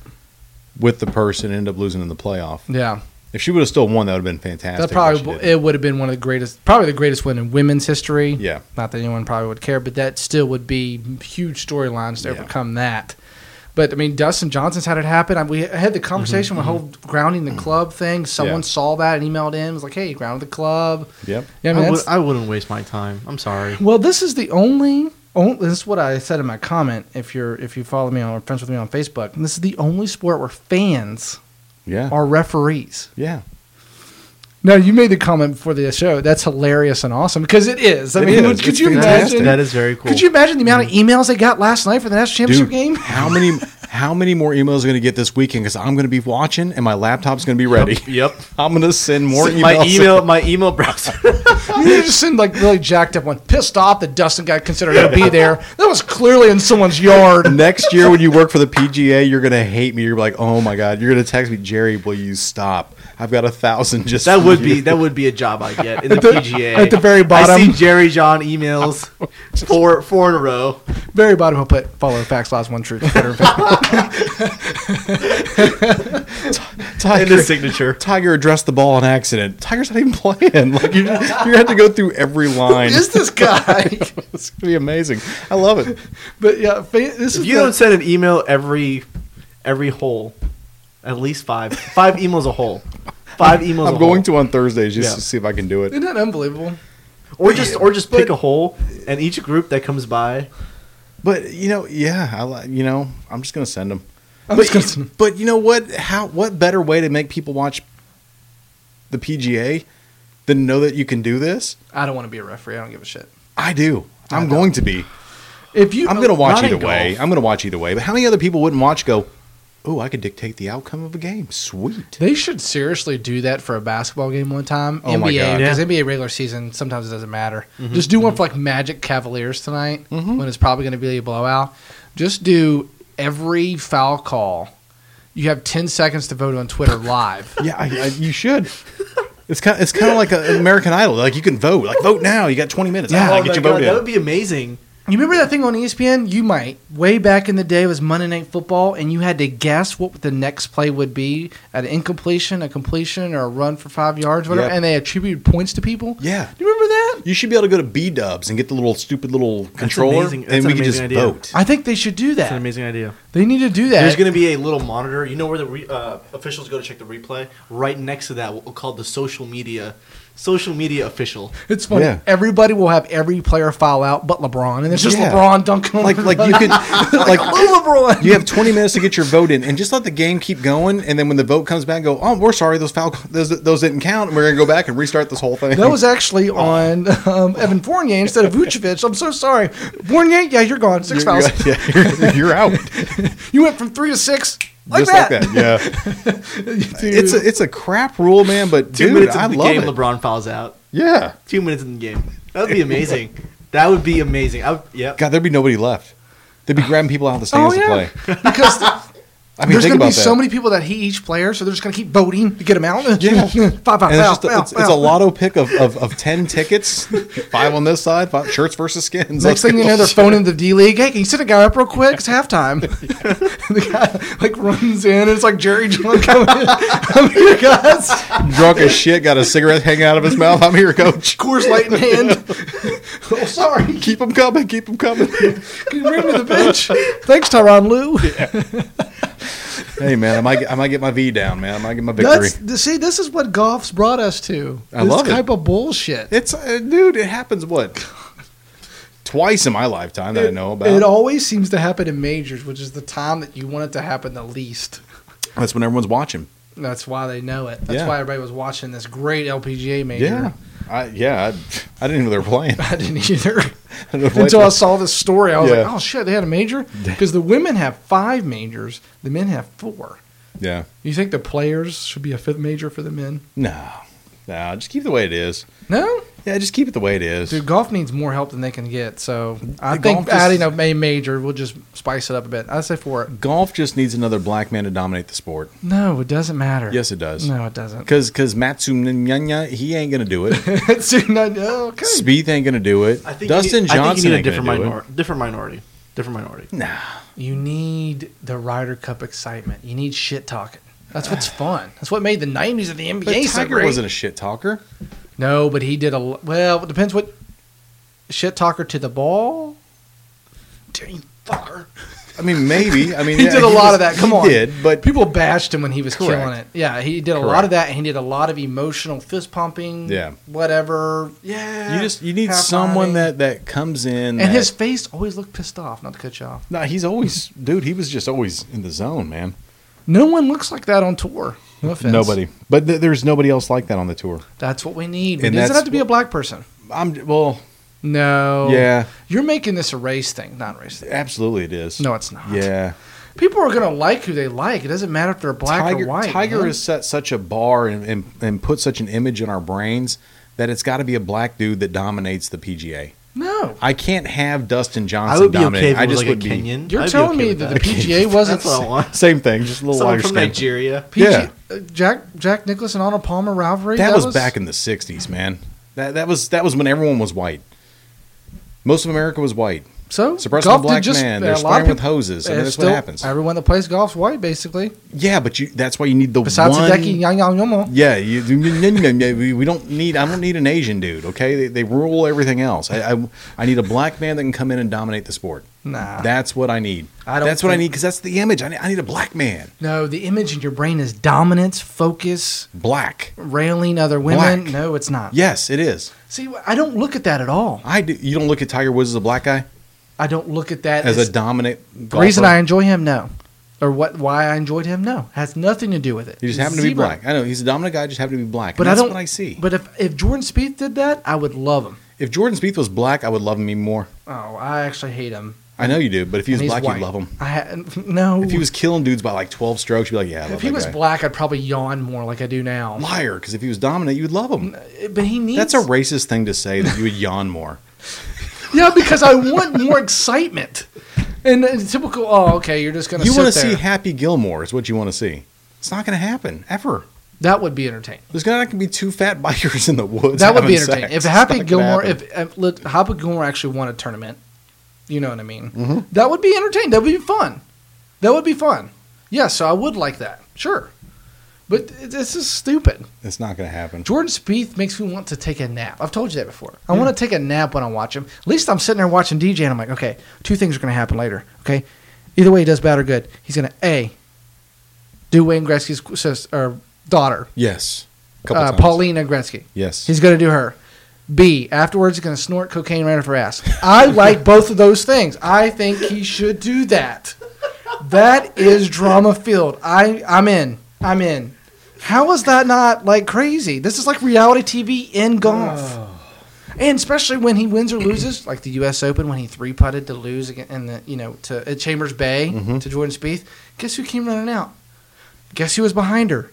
Speaker 2: with the person and end up losing in the playoff.
Speaker 1: Yeah.
Speaker 2: If she would have still won, that would have been fantastic.
Speaker 1: That
Speaker 2: but she
Speaker 1: probably
Speaker 2: didn't.
Speaker 1: it would have been one of the greatest, probably the greatest win in women's history.
Speaker 2: Yeah.
Speaker 1: Not that anyone probably would care, but that still would be huge storylines to
Speaker 2: Yeah.
Speaker 1: overcome that. But I mean, Dustin Johnson's had it happen. I, we had the conversation with the whole grounding the club thing. Someone
Speaker 2: Mm-hmm. Yeah.
Speaker 1: saw that and emailed in. Was like, "Hey, grounded the club."
Speaker 2: Yep.
Speaker 1: Yeah, I
Speaker 4: I,
Speaker 1: mean,
Speaker 4: would,
Speaker 1: that's-
Speaker 4: I wouldn't waste my time. I'm sorry.
Speaker 1: well, this is the only. On, this is what I said in my comment. If you're if you follow me on or friends with me on Facebook, this is the only sport where fans
Speaker 2: Yeah.
Speaker 1: are referees.
Speaker 2: yeah.
Speaker 1: No, you made the comment before the show. That's hilarious and awesome because it is. I
Speaker 2: It
Speaker 1: mean,
Speaker 2: is.
Speaker 1: could
Speaker 2: It's
Speaker 1: you
Speaker 2: fantastic.
Speaker 1: imagine?
Speaker 4: That is very cool.
Speaker 1: Could you imagine the amount of emails they got last night for the national championship
Speaker 2: Mm-hmm. Dude,
Speaker 1: game?
Speaker 2: How many how many more emails are going to get this weekend? Because I'm going to be watching and my laptop's going to be ready.
Speaker 4: Yep.
Speaker 2: I'm going to send more emails.
Speaker 4: my email, my email browser.
Speaker 1: You need to send like really jacked up one, pissed off that Dustin got considered to be there. That was clearly in someone's yard.
Speaker 2: Next year, when you work for the PGA, you're going to hate me. You're like, oh my God. You're going to text me, Jerry, will you stop? I've got a thousand just.
Speaker 4: That
Speaker 2: for
Speaker 4: would
Speaker 2: you."
Speaker 4: be that would be a job I get in the,
Speaker 1: At the-
Speaker 4: PGA.
Speaker 1: at the very
Speaker 4: I see
Speaker 1: bottom.
Speaker 4: Jerry John emails four four in a row.
Speaker 1: Very bottom, I'll put follow the facts, last one truth. Twitter and Facebook.
Speaker 4: in
Speaker 2: Tiger,
Speaker 4: his signature.
Speaker 2: Tiger addressed the ball on accident. Tiger's not even playing. Like you, you have to go through every line.
Speaker 1: Who is this guy?
Speaker 2: it's gonna be amazing. I love it.
Speaker 1: but yeah, fa- this
Speaker 4: If
Speaker 1: is
Speaker 4: you
Speaker 1: the-
Speaker 4: don't send an email every every hole, at least five five emails a hole, five emails.
Speaker 2: I'm
Speaker 4: a
Speaker 2: going
Speaker 4: hole.
Speaker 2: to on Thursdays just
Speaker 4: Yeah.
Speaker 2: to see if I can do it.
Speaker 1: isn't that unbelievable?
Speaker 4: or just or just pick
Speaker 1: But-
Speaker 4: a hole, and each group that comes by.
Speaker 2: But you know, yeah, I li- you know, I'm just gonna send them.
Speaker 1: I'm
Speaker 2: but,
Speaker 1: just gonna-
Speaker 2: but you know what? How what better way to make people watch the PGA than know that you can do this?
Speaker 1: I don't want to be a referee. I don't give a shit.
Speaker 2: I do.
Speaker 1: I
Speaker 2: I'm
Speaker 1: know.
Speaker 2: going to be.
Speaker 1: If you,
Speaker 2: I'm gonna watch
Speaker 4: not in
Speaker 2: either way.
Speaker 4: golf.
Speaker 2: I'm gonna watch either way. But how many other people wouldn't watch? Go, oh, I could dictate the outcome of a game. Sweet.
Speaker 1: They should seriously do that for a basketball game one time.
Speaker 2: Oh my God. Mm-hmm.
Speaker 1: because NBA regular season sometimes it doesn't matter. Just do one for like Magic Cavaliers tonight when it's probably going to be a blowout. Just do every foul call. You have ten seconds to vote on Twitter live.
Speaker 2: Yeah, I, I, you should. It's kind. It's kind of like a, American Idol. Like you can vote. Like vote now. You got 20 minutes. Yeah,
Speaker 1: Yeah.
Speaker 2: Ah, get
Speaker 4: my
Speaker 2: your vote
Speaker 4: God,
Speaker 2: in.
Speaker 4: Oh, that would be amazing.
Speaker 1: you remember that thing on E ESPN? You might way back in the day it was Monday Night Football, and you had to guess what the next play would be: an incompletion, a completion, or a run for five yards, whatever.
Speaker 2: Yep.
Speaker 1: And they attributed points to people.
Speaker 2: Yeah.
Speaker 1: Do you remember that?
Speaker 2: You should be able to go to B Dubs and get the little stupid little controller,
Speaker 4: amazing.
Speaker 2: and
Speaker 4: That's
Speaker 2: we
Speaker 4: an
Speaker 2: can just
Speaker 4: amazing idea.
Speaker 2: vote.
Speaker 1: I think they should do
Speaker 4: It's
Speaker 1: that.
Speaker 4: an amazing idea.
Speaker 1: They need to do that.
Speaker 4: There's going to be a little monitor. You know where the re- uh, officials go to check the replay. Right next to that, we'll call the social media, social media official.
Speaker 1: It's funny.
Speaker 2: Yeah.
Speaker 1: Everybody will have every player foul out but LeBron, and it's just
Speaker 2: Yeah.
Speaker 1: LeBron dunking on
Speaker 2: Like, like you could, like
Speaker 1: little LeBron.
Speaker 2: you have 20 minutes to get your vote in, and just let the game keep going. And then when the vote comes back, go, oh, we're sorry, those foul, those, those didn't count, and we're gonna go back and restart this whole thing.
Speaker 1: That was actually on um, Evan Fournier instead of Vucevic. I'm so sorry, Fournier. Yeah, you're gone. 6
Speaker 2: You're-
Speaker 1: fouls.
Speaker 2: you're- yeah, you're, you're out,
Speaker 1: You went from three to six like
Speaker 2: just
Speaker 1: that.
Speaker 2: like that. Yeah,
Speaker 1: Dude,
Speaker 2: it's a it's a crap rule, man. But
Speaker 4: Two
Speaker 2: dude,
Speaker 4: minutes into
Speaker 2: I
Speaker 4: the
Speaker 2: love
Speaker 4: game,
Speaker 2: it.
Speaker 4: LeBron fouls out.
Speaker 2: Yeah,
Speaker 4: Two minutes in the game. That would be amazing. that would be amazing. I would, yep.
Speaker 2: God, there'd be nobody left. They'd be grabbing people out of the
Speaker 1: Oh,
Speaker 2: stands
Speaker 1: yeah.
Speaker 2: to play.
Speaker 1: because
Speaker 2: I mean,
Speaker 1: there's
Speaker 2: think
Speaker 1: going to
Speaker 2: about
Speaker 1: be
Speaker 2: that.
Speaker 1: so many people that hate each player, so they're just going to keep voting to get them out.
Speaker 2: Yeah.
Speaker 1: five, five,
Speaker 2: and it's,
Speaker 1: foul,
Speaker 2: just a,
Speaker 1: foul,
Speaker 2: it's, it's a
Speaker 1: foul.
Speaker 2: lotto pick of, of, of 10 tickets five on this side five shirts versus skins
Speaker 1: Next thing you know, they're phoning the D League. Hey, can you sit a guy up real quick? It's halftime. the guy like runs in, and it's like Jerry John coming in. I'm here, guys.
Speaker 2: drunk as shit got a cigarette hanging out of his mouth i'm here coach
Speaker 1: Coors Light in hand. oh, sorry.
Speaker 2: keep them coming keep them coming
Speaker 1: Can you bring me the bench? Thanks, Tyron Lou.
Speaker 2: hey man I might, I might get my v down man i might get my victory
Speaker 1: That's th- see, this is what golf's brought us to.
Speaker 2: I
Speaker 1: this
Speaker 2: love it.
Speaker 1: type of bullshit.
Speaker 2: it's uh, dude it happens what twice in my lifetime that i know about
Speaker 1: It always seems to happen in majors, which is the time that you want it to happen the least.
Speaker 2: that's when everyone's watching
Speaker 1: That's why they know it. That's
Speaker 2: Yeah.
Speaker 1: why everybody was watching this great LPGA major.
Speaker 2: yeah I, yeah I, I didn't even know they were playing
Speaker 1: I didn't either.
Speaker 2: I didn't know they
Speaker 1: until I
Speaker 2: were
Speaker 1: saw this story. I was
Speaker 2: Yeah.
Speaker 1: like, oh shit, they had a major? Because the women have five majors, the men have four.
Speaker 2: playing. yeah
Speaker 1: You think the players should be a fifth major for the men?
Speaker 2: no no just keep it the way it is
Speaker 1: No?
Speaker 2: yeah just keep it the way it is
Speaker 1: Dude, golf needs more help than they can get. So I
Speaker 2: The golf
Speaker 1: think
Speaker 2: just-
Speaker 1: adding a ma- major will just spice it up a bit. I say for it.
Speaker 2: golf just needs another black man to dominate the sport
Speaker 1: No, it doesn't matter.
Speaker 2: Yes, it does.
Speaker 1: No, it doesn't.
Speaker 2: Cause, cause Matsu Nyanya, he ain't gonna do it.
Speaker 1: It's not- oh, okay.
Speaker 2: Speeth ain't gonna do it.
Speaker 4: I think
Speaker 2: Dustin
Speaker 4: you need,
Speaker 2: Johnson
Speaker 4: I think you need a
Speaker 2: ain't
Speaker 4: different
Speaker 2: gonna do
Speaker 4: minority. Different minority. Different minority.
Speaker 2: it. Nah,
Speaker 1: You need the Ryder Cup excitement. You need shit talking. That's what's fun. That's what made the '90s of the NBA
Speaker 2: but
Speaker 1: so
Speaker 2: Tiger
Speaker 1: great.
Speaker 2: wasn't a shit talker.
Speaker 1: No, but he did a l- well. It depends what shit talker to the ball. Dang fucker!
Speaker 2: I mean, maybe. I mean,
Speaker 1: He
Speaker 2: yeah,
Speaker 1: did a lot
Speaker 2: was-
Speaker 1: of that. Come
Speaker 2: he
Speaker 1: on,
Speaker 2: did, but
Speaker 1: people bashed him when he was
Speaker 2: Correct.
Speaker 1: killing it. Yeah, he did a lot
Speaker 2: Correct.
Speaker 1: of that. And he did a lot of emotional fist pumping.
Speaker 2: Yeah.
Speaker 1: whatever. Yeah,
Speaker 2: you just you need
Speaker 1: half nodding.
Speaker 2: someone that that comes in.
Speaker 1: and
Speaker 2: that-
Speaker 1: his face always looked pissed off. Not to cut you off.
Speaker 2: nah, he's always dude. He was just always in the zone, man.
Speaker 1: No one looks like that on tour. No offense.
Speaker 2: Nobody, but th- there's nobody else like that on the tour.
Speaker 1: That's what we need. It
Speaker 2: And
Speaker 1: doesn't
Speaker 2: that's
Speaker 1: have to be a black person.
Speaker 2: I'm well,
Speaker 1: No.
Speaker 2: yeah,
Speaker 1: You're making this a race thing, not race thing.
Speaker 2: absolutely, it is.
Speaker 1: No, it's not.
Speaker 2: yeah,
Speaker 1: People are gonna like who they like. It doesn't matter if they're black
Speaker 2: Tiger,
Speaker 1: or white.
Speaker 2: Tiger
Speaker 1: man.
Speaker 2: has set such a bar and, and, and put such an image in our brains that it's got to be a black dude that dominates the PGA.
Speaker 1: no.
Speaker 2: I can't have Dustin Johnson
Speaker 5: I would be
Speaker 2: dominate.
Speaker 5: okay if it
Speaker 2: I
Speaker 5: was
Speaker 2: just
Speaker 5: like
Speaker 2: would
Speaker 5: a
Speaker 2: be
Speaker 5: Kenyan.
Speaker 1: You're
Speaker 5: I'd be
Speaker 1: telling
Speaker 5: okay
Speaker 1: me
Speaker 5: with
Speaker 1: that the PGA wasn't
Speaker 5: That's what I want.
Speaker 2: same thing, just a little
Speaker 4: Someone
Speaker 2: wider
Speaker 4: from
Speaker 2: scale.
Speaker 4: Nigeria.
Speaker 1: PG,
Speaker 2: Yeah.
Speaker 1: uh, Jack Jack Nicholas and Arnold Palmer rivalry.
Speaker 2: That was back in the '60s, man. That that was that was when everyone was white. Most of America was white.
Speaker 1: so
Speaker 2: Suppressing
Speaker 1: golf
Speaker 2: a
Speaker 1: did
Speaker 2: black
Speaker 1: just-
Speaker 2: man,
Speaker 1: a
Speaker 2: they're
Speaker 1: lot of
Speaker 2: spraying with
Speaker 1: people-
Speaker 2: hoses. I mean,
Speaker 1: uh,
Speaker 2: that's
Speaker 1: still,
Speaker 2: what happens.
Speaker 1: Everyone that plays golf's white, basically.
Speaker 2: yeah, but you, that's why you need the
Speaker 1: Besides
Speaker 2: one.
Speaker 1: Hideki Yang Yang Yomo.
Speaker 2: Yeah, you, no, no, no, we we don't need. I don't need an Asian dude. Okay, they, they rule everything else. I, I I need a black man that can come in and dominate the sport.
Speaker 1: Nah.
Speaker 2: That's what I need.
Speaker 1: Ah. I don't
Speaker 2: that's what I
Speaker 1: think-
Speaker 2: need because that's the image. I need, I need a black man,
Speaker 1: No, the image in your brain is dominance, focus,
Speaker 2: black.
Speaker 1: railing other women.
Speaker 2: Black.
Speaker 1: No, it's not.
Speaker 2: Yes, it is.
Speaker 1: See, I don't look at that at all.
Speaker 2: I do. You don't look at Tiger Woods as a black guy
Speaker 1: I don't look at that
Speaker 2: as
Speaker 1: as
Speaker 2: a dominant.
Speaker 1: the reason I enjoy him. No, or what? Why I enjoyed him? No, has nothing to do with it.
Speaker 2: He just happened to be
Speaker 1: Zero.
Speaker 2: black. I know he's a dominant guy. Just happened to be black.
Speaker 1: But I
Speaker 2: and that's
Speaker 1: don't.
Speaker 2: what I see.
Speaker 1: But if if Jordan Spieth did that, I would love him.
Speaker 2: if Jordan Spieth was black, I would love him even more.
Speaker 1: Oh, I actually hate him.
Speaker 2: I know you do. But if he was
Speaker 1: And he's
Speaker 2: black,
Speaker 1: white.
Speaker 2: you'd love him.
Speaker 1: I ha- no.
Speaker 2: If he was killing dudes by like twelve strokes, you'd be like, yeah. I love
Speaker 1: If he
Speaker 2: that
Speaker 1: was
Speaker 2: guy.
Speaker 1: black, I'd probably yawn more like I do now.
Speaker 2: liar, because if he was dominant, you'd love him.
Speaker 1: But he needs.
Speaker 2: That's a racist thing to say that you would yawn more.
Speaker 1: yeah, because I want more excitement. And uh, typical. Oh, okay. You're just gonna.
Speaker 2: You
Speaker 1: want to
Speaker 2: see Happy Gilmore is what you want to see. It's not going to happen ever.
Speaker 1: that would be entertaining.
Speaker 2: There's not going to be two fat bikers in the woods.
Speaker 1: that would be
Speaker 2: having
Speaker 1: entertaining.
Speaker 2: sex.
Speaker 1: If
Speaker 2: It's
Speaker 1: Happy
Speaker 2: not gonna
Speaker 1: Gilmore,
Speaker 2: happen.
Speaker 1: if, if look, Happy Gilmore actually won a tournament, you know what I mean.
Speaker 2: Mm-hmm.
Speaker 1: That would be entertaining. That would be fun. That would be fun. Yeah, so I would like that. Sure, but th- this is stupid.
Speaker 2: it's not going to happen.
Speaker 1: Jordan Spieth makes me want to take a nap. I've told you that before.
Speaker 2: Hmm.
Speaker 1: I want to take a nap when I watch him. At least I'm sitting there watching DJ, and I'm like, okay, two things are going to happen later. Okay, either way, he does bad or good. He's going to a do Wayne Gretzky's sis- or daughter,
Speaker 2: Yes, Couple
Speaker 1: uh,
Speaker 2: times.
Speaker 1: Paulina Gretzky.
Speaker 2: Yes,
Speaker 1: He's going to do her. B. Afterwards, he's going to snort cocaine right off her ass. I like both of those things. I think he should do that. That is drama filled. I I'm in. I'm in. How is that not like crazy? This is like reality TV in golf. And especially when he wins or loses, like the U.S. Open, when he three putted to lose again, in the you know to at Chambers Bay to Jordan Spieth, guess who came running out? Guess who was behind her?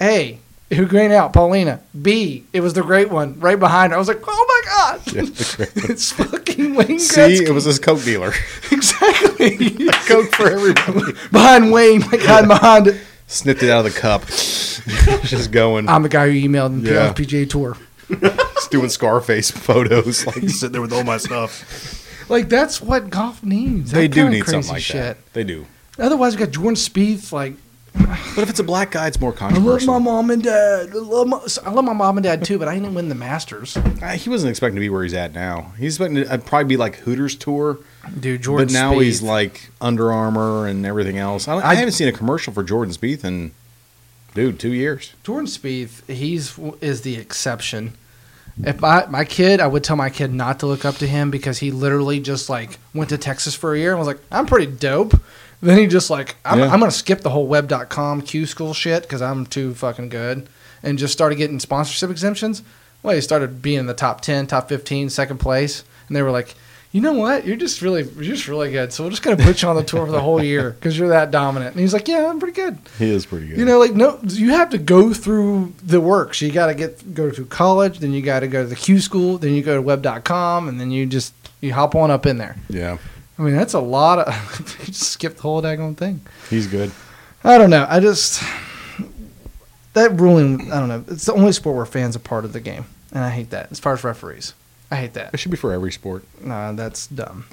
Speaker 1: A. Who ran out? Paulina. B. It was the great one right behind her. I was like, oh my god,
Speaker 2: Yeah, the great
Speaker 1: it's fucking Wayne
Speaker 2: See,
Speaker 1: Gretzky.
Speaker 2: it was his coke dealer.
Speaker 1: exactly
Speaker 2: coke for everybody.
Speaker 1: behind Wayne. My god, behind it.
Speaker 2: Snipped it out of the cup. Just going,
Speaker 1: I'm the guy who emailed him
Speaker 2: Yeah.
Speaker 1: yeah. PGA Tour.
Speaker 2: just doing Scarface photos, like sitting there with all my stuff.
Speaker 1: Like that's what golf needs.
Speaker 2: They
Speaker 1: That
Speaker 2: do
Speaker 1: kinda
Speaker 2: need
Speaker 1: crazy
Speaker 2: something like
Speaker 1: shit.
Speaker 2: that. They do.
Speaker 1: Otherwise, we got Jordan Spieth like
Speaker 2: But if it's a black guy, it's more
Speaker 1: I love
Speaker 2: controversial.
Speaker 1: my mom and dad. I love my, I love my mom and dad too, but I didn't win the Masters.
Speaker 2: Uh, he wasn't expecting to be where he's at now. He's expecting to I'd probably be like Hooters tour,
Speaker 1: Dude, Jordan.
Speaker 2: but now
Speaker 1: Spieth.
Speaker 2: he's like Under Armour and everything else. I, I,
Speaker 1: I-
Speaker 2: haven't seen a commercial for Jordan Spieth in, dude, two years.
Speaker 1: Jordan Spieth. He's is the exception. If I my kid, I would tell my kid not to look up to him because he literally just like went to Texas for a year and was like, I'm pretty dope. Then he just like, I'm,
Speaker 2: Yeah.
Speaker 1: I'm gonna skip the whole web.com Q school shit because I'm too fucking good, and just started getting sponsorship exemptions. Well, he started being in the top ten, top fifteen, second place, and they were like, you know what? You're just really, you're just really good. So we're just gonna put you on the tour for the whole year because you're that dominant. And he's like, yeah, I'm pretty good.
Speaker 2: He is pretty good.
Speaker 1: You know, like no, you have to go through the works. You got to get go to college, then you got to go to the Q school, then you go to web.com, and then you just you hop on up in there.
Speaker 2: yeah,
Speaker 1: I mean, that's a lot of you just skip the whole daggone thing.
Speaker 2: he's good.
Speaker 1: I don't know. I just that ruling. I don't know. It's the only sport where fans are part of the game, and I hate that. As far as referees, I hate that.
Speaker 2: It should be for every sport.
Speaker 1: Nah, that's dumb.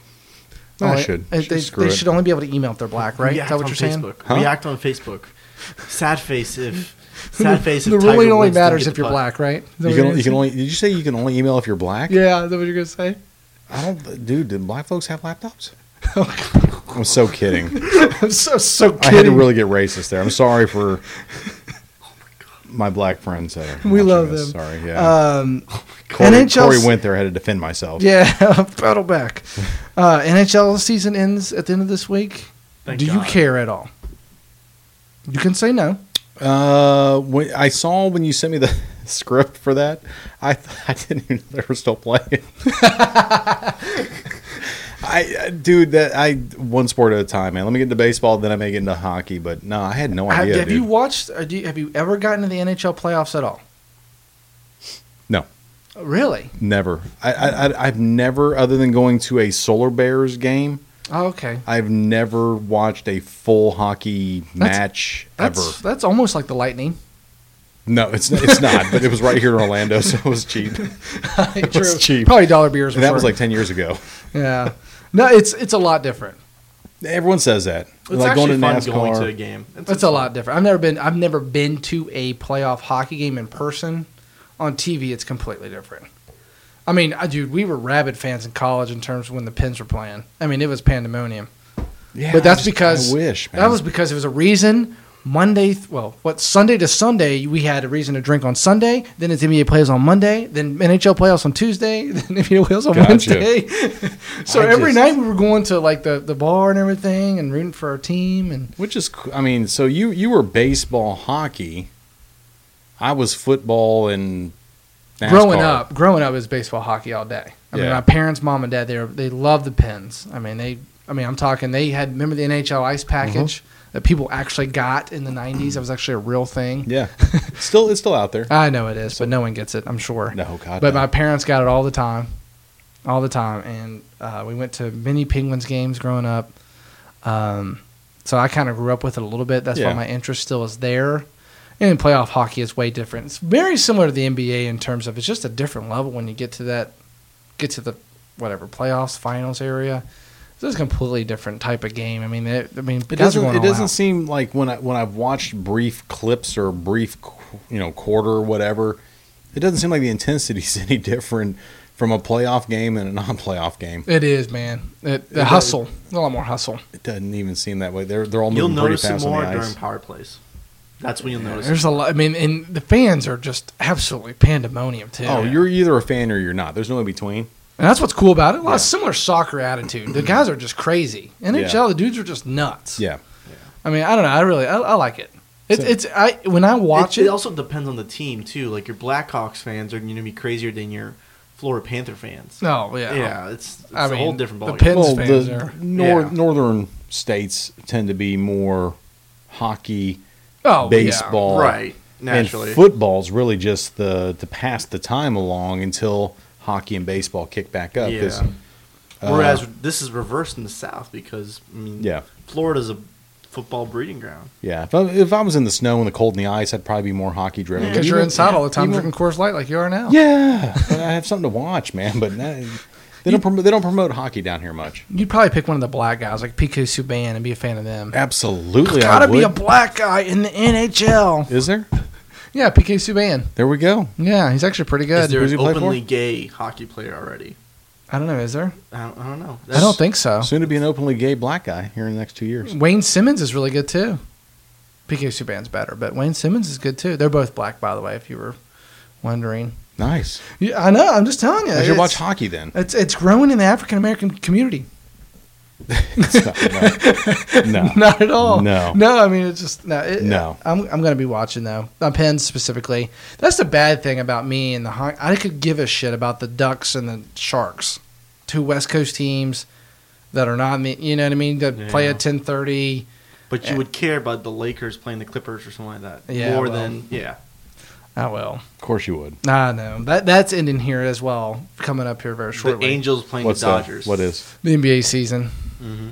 Speaker 2: No,
Speaker 1: Only-
Speaker 2: it should.
Speaker 1: They,
Speaker 2: It should screw
Speaker 1: they
Speaker 2: it.
Speaker 1: should only be able to email if they're black, right? Is
Speaker 4: React
Speaker 1: that what
Speaker 4: on
Speaker 1: you're saying?
Speaker 4: Facebook.
Speaker 2: Huh?
Speaker 4: React on Facebook. Sad face if. Sad face.
Speaker 1: The
Speaker 4: if Tiger
Speaker 1: ruling only
Speaker 4: Woods didn't
Speaker 1: matters
Speaker 4: get
Speaker 1: if
Speaker 4: the
Speaker 1: you're
Speaker 4: putt.
Speaker 1: black, right? Is that
Speaker 2: You
Speaker 1: what
Speaker 2: can,
Speaker 1: you're
Speaker 2: you can
Speaker 1: saying?
Speaker 2: only. Did you say you can only email if you're black?
Speaker 1: Yeah, is that what you're gonna say?
Speaker 2: I don't, dude. Did black folks have laptops? I'm so kidding.
Speaker 1: I'm so so
Speaker 2: I
Speaker 1: kidding.
Speaker 2: had to really get racist there. I'm sorry for my black friends that are
Speaker 1: We
Speaker 2: watching
Speaker 1: love
Speaker 2: this.
Speaker 1: them.
Speaker 2: Sorry, yeah.
Speaker 1: um,
Speaker 2: Corey,
Speaker 1: NHL 's-
Speaker 2: Corey went there. I had to defend myself.
Speaker 1: yeah, battle back. Uh, NHL season ends at the end of this week.
Speaker 4: Thank
Speaker 1: Do
Speaker 4: God.
Speaker 1: you care at all? You can say no.
Speaker 2: Uh, when, I saw when you sent me the script for that, I th- I didn't even know they were still playing. I, I- dude, that I one sport at a time, man. Let me get into baseball, then I may get into hockey. But no, I had no
Speaker 1: have
Speaker 2: idea,
Speaker 1: have
Speaker 2: dude.
Speaker 1: you watched? Or do you, have you ever gotten to the NHL playoffs at all?
Speaker 2: No.
Speaker 1: Really?
Speaker 2: never. I, I, I, I've never, other than going to a Solar Bears game,
Speaker 1: Oh, okay.
Speaker 2: I've never watched a full hockey match
Speaker 1: That's
Speaker 2: ever.
Speaker 1: that's almost like the Lightning.
Speaker 2: No, it's it's not. but it was right here in Orlando, so it was cheap.
Speaker 1: it
Speaker 2: was cheap.
Speaker 1: Probably dollar beers.
Speaker 2: And that
Speaker 1: were-
Speaker 2: was like ten years ago.
Speaker 1: yeah. No, it's it's a lot different.
Speaker 2: Everyone says that.
Speaker 4: It's
Speaker 2: like going
Speaker 4: actually
Speaker 2: to
Speaker 4: fun
Speaker 2: NASCAR.
Speaker 4: going to a game. It's,
Speaker 1: It's a lot different. I've never been. I've never been to a playoff hockey game in person. On TV, it's completely different. I mean, I, dude, we were rabid fans in college in terms of when the Pens were playing. I mean, it was pandemonium.
Speaker 2: yeah,
Speaker 1: but that's
Speaker 2: I just-
Speaker 1: because
Speaker 2: I wish man.
Speaker 1: that was because it was a reason. Monday, th- well, what Sunday to Sunday, we had a reason to drink on Sunday. Then it's NBA playoffs on Monday. Then NHL playoffs on Tuesday. Then NBA playoffs on
Speaker 2: Gotcha.
Speaker 1: Wednesday. so
Speaker 2: I
Speaker 1: every
Speaker 2: just-
Speaker 1: night we were going to like the, the bar and everything and rooting for our team. And
Speaker 2: which is coo- I mean, so you you were baseball, hockey. I was football and NASCAR.
Speaker 1: growing up, growing up is baseball, hockey all day. I mean,
Speaker 2: Yeah.
Speaker 1: my parents, mom and dad, they were, they loved the Pens. I mean, they, I mean, I'm talking. They had remember the NHL
Speaker 2: Uh-huh.
Speaker 1: ice package that people actually got in the '90s. That was actually a real thing.
Speaker 2: Yeah, still it's still out there.
Speaker 1: I know it is, but no one gets it. I'm sure.
Speaker 2: No, God.
Speaker 1: But
Speaker 2: no.
Speaker 1: my parents got it all the time, all the time, and uh, we went to many Penguins games growing up. Um, so I kind of grew up with it a little bit. That's why
Speaker 2: Yeah.
Speaker 1: my interest still is there. And playoff hockey is way different. It's very similar to the NBA in terms of it's just a different level when you get to that, get to the whatever playoffs, finals area. It's just a completely different type of game. I mean, it, I mean,
Speaker 2: It
Speaker 1: guys are
Speaker 2: doesn't.
Speaker 1: going
Speaker 2: It
Speaker 1: all
Speaker 2: doesn't
Speaker 1: out.
Speaker 2: seem like when I when I've watched brief clips or brief, qu- you know, quarter or whatever, it doesn't seem like the intensity's any different from a playoff game and a non-playoff game.
Speaker 1: It is, man. It, the hustle, a lot more hustle.
Speaker 2: It doesn't even seem that way. They're they're all
Speaker 4: you'll
Speaker 2: moving pretty
Speaker 4: notice it
Speaker 2: fast on
Speaker 4: more
Speaker 2: the
Speaker 4: during
Speaker 2: ice.
Speaker 4: power plays. That's when you'll notice. it.
Speaker 1: There's a lot. I mean, and the fans are just absolutely pandemonium too.
Speaker 2: Oh, you're either a fan or you're not. There's no in between.
Speaker 1: and that's what's cool about it. A lot
Speaker 2: Yeah.
Speaker 1: of similar soccer attitude. The guys are just crazy. NHL, the dudes are just nuts.
Speaker 2: Yeah.
Speaker 1: I mean, I don't know. I really, I, I like it. It's,
Speaker 2: So-
Speaker 1: it's. I when I watch
Speaker 4: it,
Speaker 1: it,
Speaker 4: it also depends on the team too. Like your Blackhawks fans are going to be crazier than your Florida Panther fans.
Speaker 1: oh yeah,
Speaker 4: yeah, it's, it's
Speaker 1: I
Speaker 4: a whole
Speaker 1: mean,
Speaker 4: different
Speaker 1: the
Speaker 4: ballgame.
Speaker 1: Pens
Speaker 2: Well,
Speaker 1: fans
Speaker 2: the
Speaker 1: are.
Speaker 2: nor-
Speaker 4: Yeah.
Speaker 2: northern states tend to be more hockey,
Speaker 1: Oh baseball.
Speaker 2: baseball,
Speaker 4: right? Naturally,
Speaker 2: And football's really just the to pass the time along until hockey and baseball kick back up. 'cause,
Speaker 4: Yeah. Whereas this is reversed in the South because I mean,
Speaker 2: uh, Yeah.
Speaker 4: Florida's a football breeding ground.
Speaker 2: yeah. If I, if I was in the snow and the cold and the ice, I'd probably be more hockey driven.
Speaker 1: Because you're inside all the time drinking Coors Light like you are now.
Speaker 2: Yeah, but I have something to watch, man. But that, they don't promote, they don't promote hockey down here much.
Speaker 1: You'd probably pick one of the black guys like Pico Subban and be a fan of them.
Speaker 2: Absolutely,
Speaker 1: Gotta be a black guy in the NHL.
Speaker 2: Is there?
Speaker 1: Yeah, Pico Subban.
Speaker 2: There we go.
Speaker 1: Yeah, he's actually pretty good.
Speaker 4: Is there
Speaker 2: Who's
Speaker 4: an
Speaker 2: he play for?
Speaker 4: openly gay hockey player already?
Speaker 1: I don't know. Is there?
Speaker 4: I don't, I don't know.
Speaker 1: I don't think so.
Speaker 2: Soon to be an openly gay black guy here in the next two years.
Speaker 1: Wayne Simmons is really good too. PK Subban's better, but Wayne Simmons is good too. They're both black, by the way, if you were wondering.
Speaker 2: Nice.
Speaker 1: Hmm. Yeah, I know. I'm just telling you.
Speaker 2: I should
Speaker 1: it's,
Speaker 2: watch hockey then.
Speaker 1: It's it's growing in the African American community.
Speaker 2: no.
Speaker 1: Not at all.
Speaker 2: No.
Speaker 1: No. I mean, it's just no. It,
Speaker 2: No.
Speaker 1: I'm I'm gonna be watching though. On Pens specifically. That's the bad thing about me and the hon- I could give a shit about the Ducks and the Sharks, two West Coast teams that are not me. You know what I mean? That play at 10:30.
Speaker 4: But
Speaker 1: Yeah.
Speaker 4: you would care about the Lakers playing the Clippers or something like that
Speaker 1: Yeah,
Speaker 4: more
Speaker 1: well.
Speaker 4: than yeah.
Speaker 1: Oh well.
Speaker 2: Of course you would.
Speaker 1: I know that that's ending here as well. Coming up here very
Speaker 4: The
Speaker 1: shortly. The,
Speaker 4: Angels playing
Speaker 2: What's
Speaker 4: the Dodgers.
Speaker 2: That? What is?
Speaker 1: NBA season.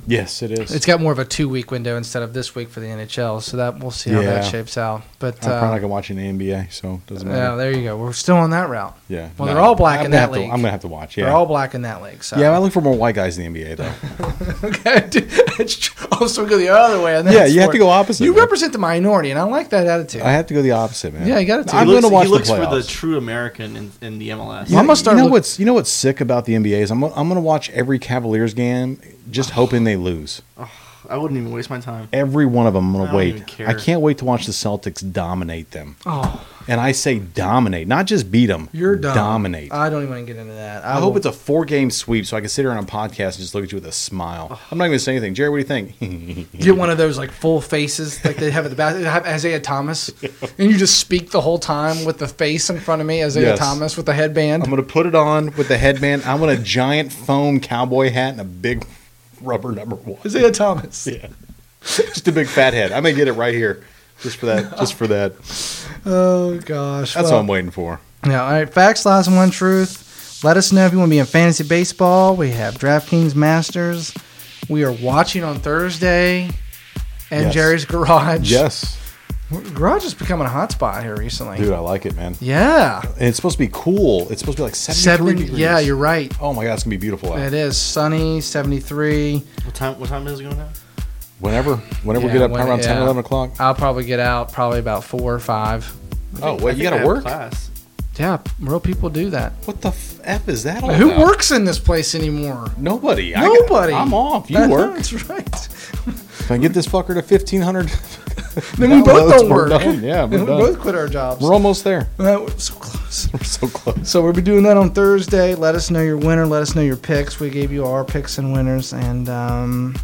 Speaker 2: Yes, it is.
Speaker 1: It's got more of a two week window instead of this week for the NHL. So that we'll see how
Speaker 2: Yeah.
Speaker 1: that shapes out. But
Speaker 2: I'm probably not
Speaker 1: uh,
Speaker 2: gonna watch the NBA, so it doesn't
Speaker 1: yeah,
Speaker 2: matter.
Speaker 1: there you go. We're still on that route.
Speaker 2: Yeah.
Speaker 1: Well, they're all black
Speaker 2: I'm
Speaker 1: in
Speaker 2: gonna
Speaker 1: that
Speaker 2: have to-
Speaker 1: league.
Speaker 2: I'm gonna have to watch. Yeah.
Speaker 1: They're all black in that league. So
Speaker 2: Yeah, I look for more white guys in the NBA though.
Speaker 1: okay. dude, it's tr- Also go the other way. And then
Speaker 2: yeah,
Speaker 1: it's
Speaker 2: you have
Speaker 1: for-
Speaker 2: to go opposite.
Speaker 1: You
Speaker 2: man.
Speaker 1: represent the minority, and I like that attitude.
Speaker 2: I have to go the opposite, man.
Speaker 1: Yeah, you gotta take-
Speaker 2: I'm
Speaker 4: he looks,
Speaker 2: gonna watch
Speaker 4: he
Speaker 2: the
Speaker 4: looks for the
Speaker 2: playoffs.
Speaker 4: true American in, in the MLS.
Speaker 1: Yeah. I'm gonna start
Speaker 2: You know
Speaker 1: look-
Speaker 2: what's you know what's sick about the NBA is I'm I'm gonna watch every Cavaliers game just hoping they lose.
Speaker 4: I wouldn't even waste my time.
Speaker 2: Every one of them, I'm
Speaker 4: I
Speaker 2: gonna
Speaker 4: don't
Speaker 2: wait.
Speaker 4: even care.
Speaker 2: I can't wait to watch the Celtics dominate them.
Speaker 1: Oh,
Speaker 2: And I say dominate, not just beat them.
Speaker 1: you're dumb.
Speaker 2: Dominate. I,
Speaker 1: I don't even want to get into that. I,
Speaker 2: hope
Speaker 1: will-
Speaker 2: it's a four game sweep so I can sit here on a podcast and just look at you with a smile. I'm not even gonna say anything. Jerry, what do you think?
Speaker 1: get one of those like full faces like they have at the back. They have Isaiah Thomas, and you just speak the whole time with the face in front of me, Isaiah
Speaker 2: Yes.
Speaker 1: Thomas with the headband.
Speaker 2: I'm gonna put it on with the headband. I want a giant foam cowboy hat and a big rubber number one.
Speaker 1: Isaiah Thomas.
Speaker 2: Yeah. just a big fat head. I may get it right here. Just for that. Just for that. That's
Speaker 1: Oh gosh,
Speaker 2: all
Speaker 1: well,
Speaker 2: I'm waiting for.
Speaker 1: Yeah, all right. Facts, lies, and one truth. Let us know if you want to be in fantasy baseball. We have DraftKings Masters. We are watching on Thursday, and
Speaker 2: Yes.
Speaker 1: Jerry's Garage.
Speaker 2: Yes.
Speaker 1: Garage is becoming a hot spot here recently.
Speaker 2: Dude, I like it, man.
Speaker 1: Yeah,
Speaker 2: And it's supposed to be cool. It's supposed to be like 73
Speaker 1: seven.
Speaker 2: degrees.
Speaker 1: Yeah, you're right.
Speaker 2: Oh my god, it's gonna be beautiful out.
Speaker 1: It is sunny, seventy-three.
Speaker 4: What time? What time is it going now?
Speaker 2: Whenever, whenever
Speaker 1: Yeah,
Speaker 2: we get up
Speaker 1: when-
Speaker 2: around 10,
Speaker 1: yeah.
Speaker 2: 11 o'clock.
Speaker 1: I'll probably get out probably about four or five.
Speaker 2: Oh, well,
Speaker 4: I
Speaker 2: you
Speaker 4: think I
Speaker 2: gotta
Speaker 4: have
Speaker 2: work.
Speaker 4: Class.
Speaker 1: Yeah, real people do that.
Speaker 2: What the f- f is that all
Speaker 1: Who
Speaker 2: about?
Speaker 1: works in this place anymore?
Speaker 2: Nobody. I got-
Speaker 1: Nobody.
Speaker 2: I'm off. You
Speaker 1: That-
Speaker 2: work.
Speaker 1: That's right.
Speaker 2: If I get this fucker to fifteen hundred,
Speaker 1: Then we both
Speaker 2: downloads,
Speaker 1: don't
Speaker 2: we're
Speaker 1: work.
Speaker 2: done. Yeah,
Speaker 1: Then
Speaker 2: we're
Speaker 1: we
Speaker 2: done.
Speaker 1: both quit our jobs.
Speaker 2: We're almost there.
Speaker 1: That was so close.
Speaker 2: We're so close.
Speaker 1: So we'll be doing that on Thursday. Let us know your winner. Let us know your picks. We gave you our picks and winners, and um,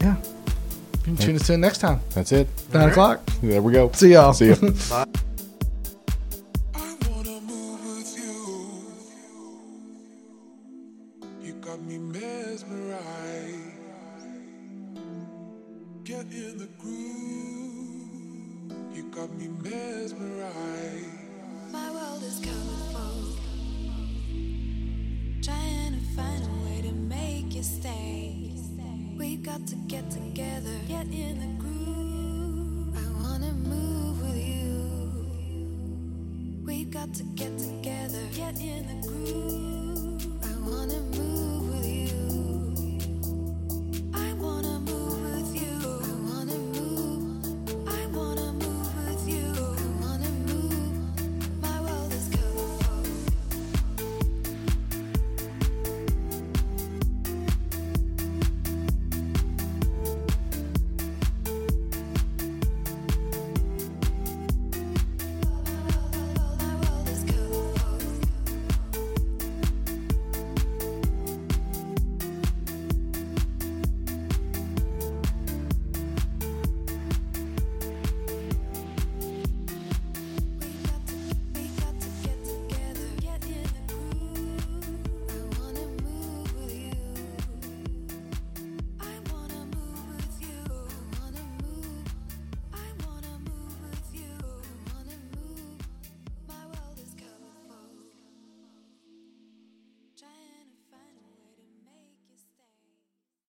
Speaker 1: yeah, you can tune us in next time.
Speaker 2: That's it.
Speaker 1: Nine o'clock.
Speaker 2: There we go.
Speaker 1: See y'all.
Speaker 2: See ya.
Speaker 3: I wanna move with you. You got me mesmerized. Get in the groove. You got me mesmerized.
Speaker 6: My world is colorful. Trying to find a way to make you stay. We got to get together, get in the groove. I wanna move with you. We got to get together, get in the groove. I wanna move.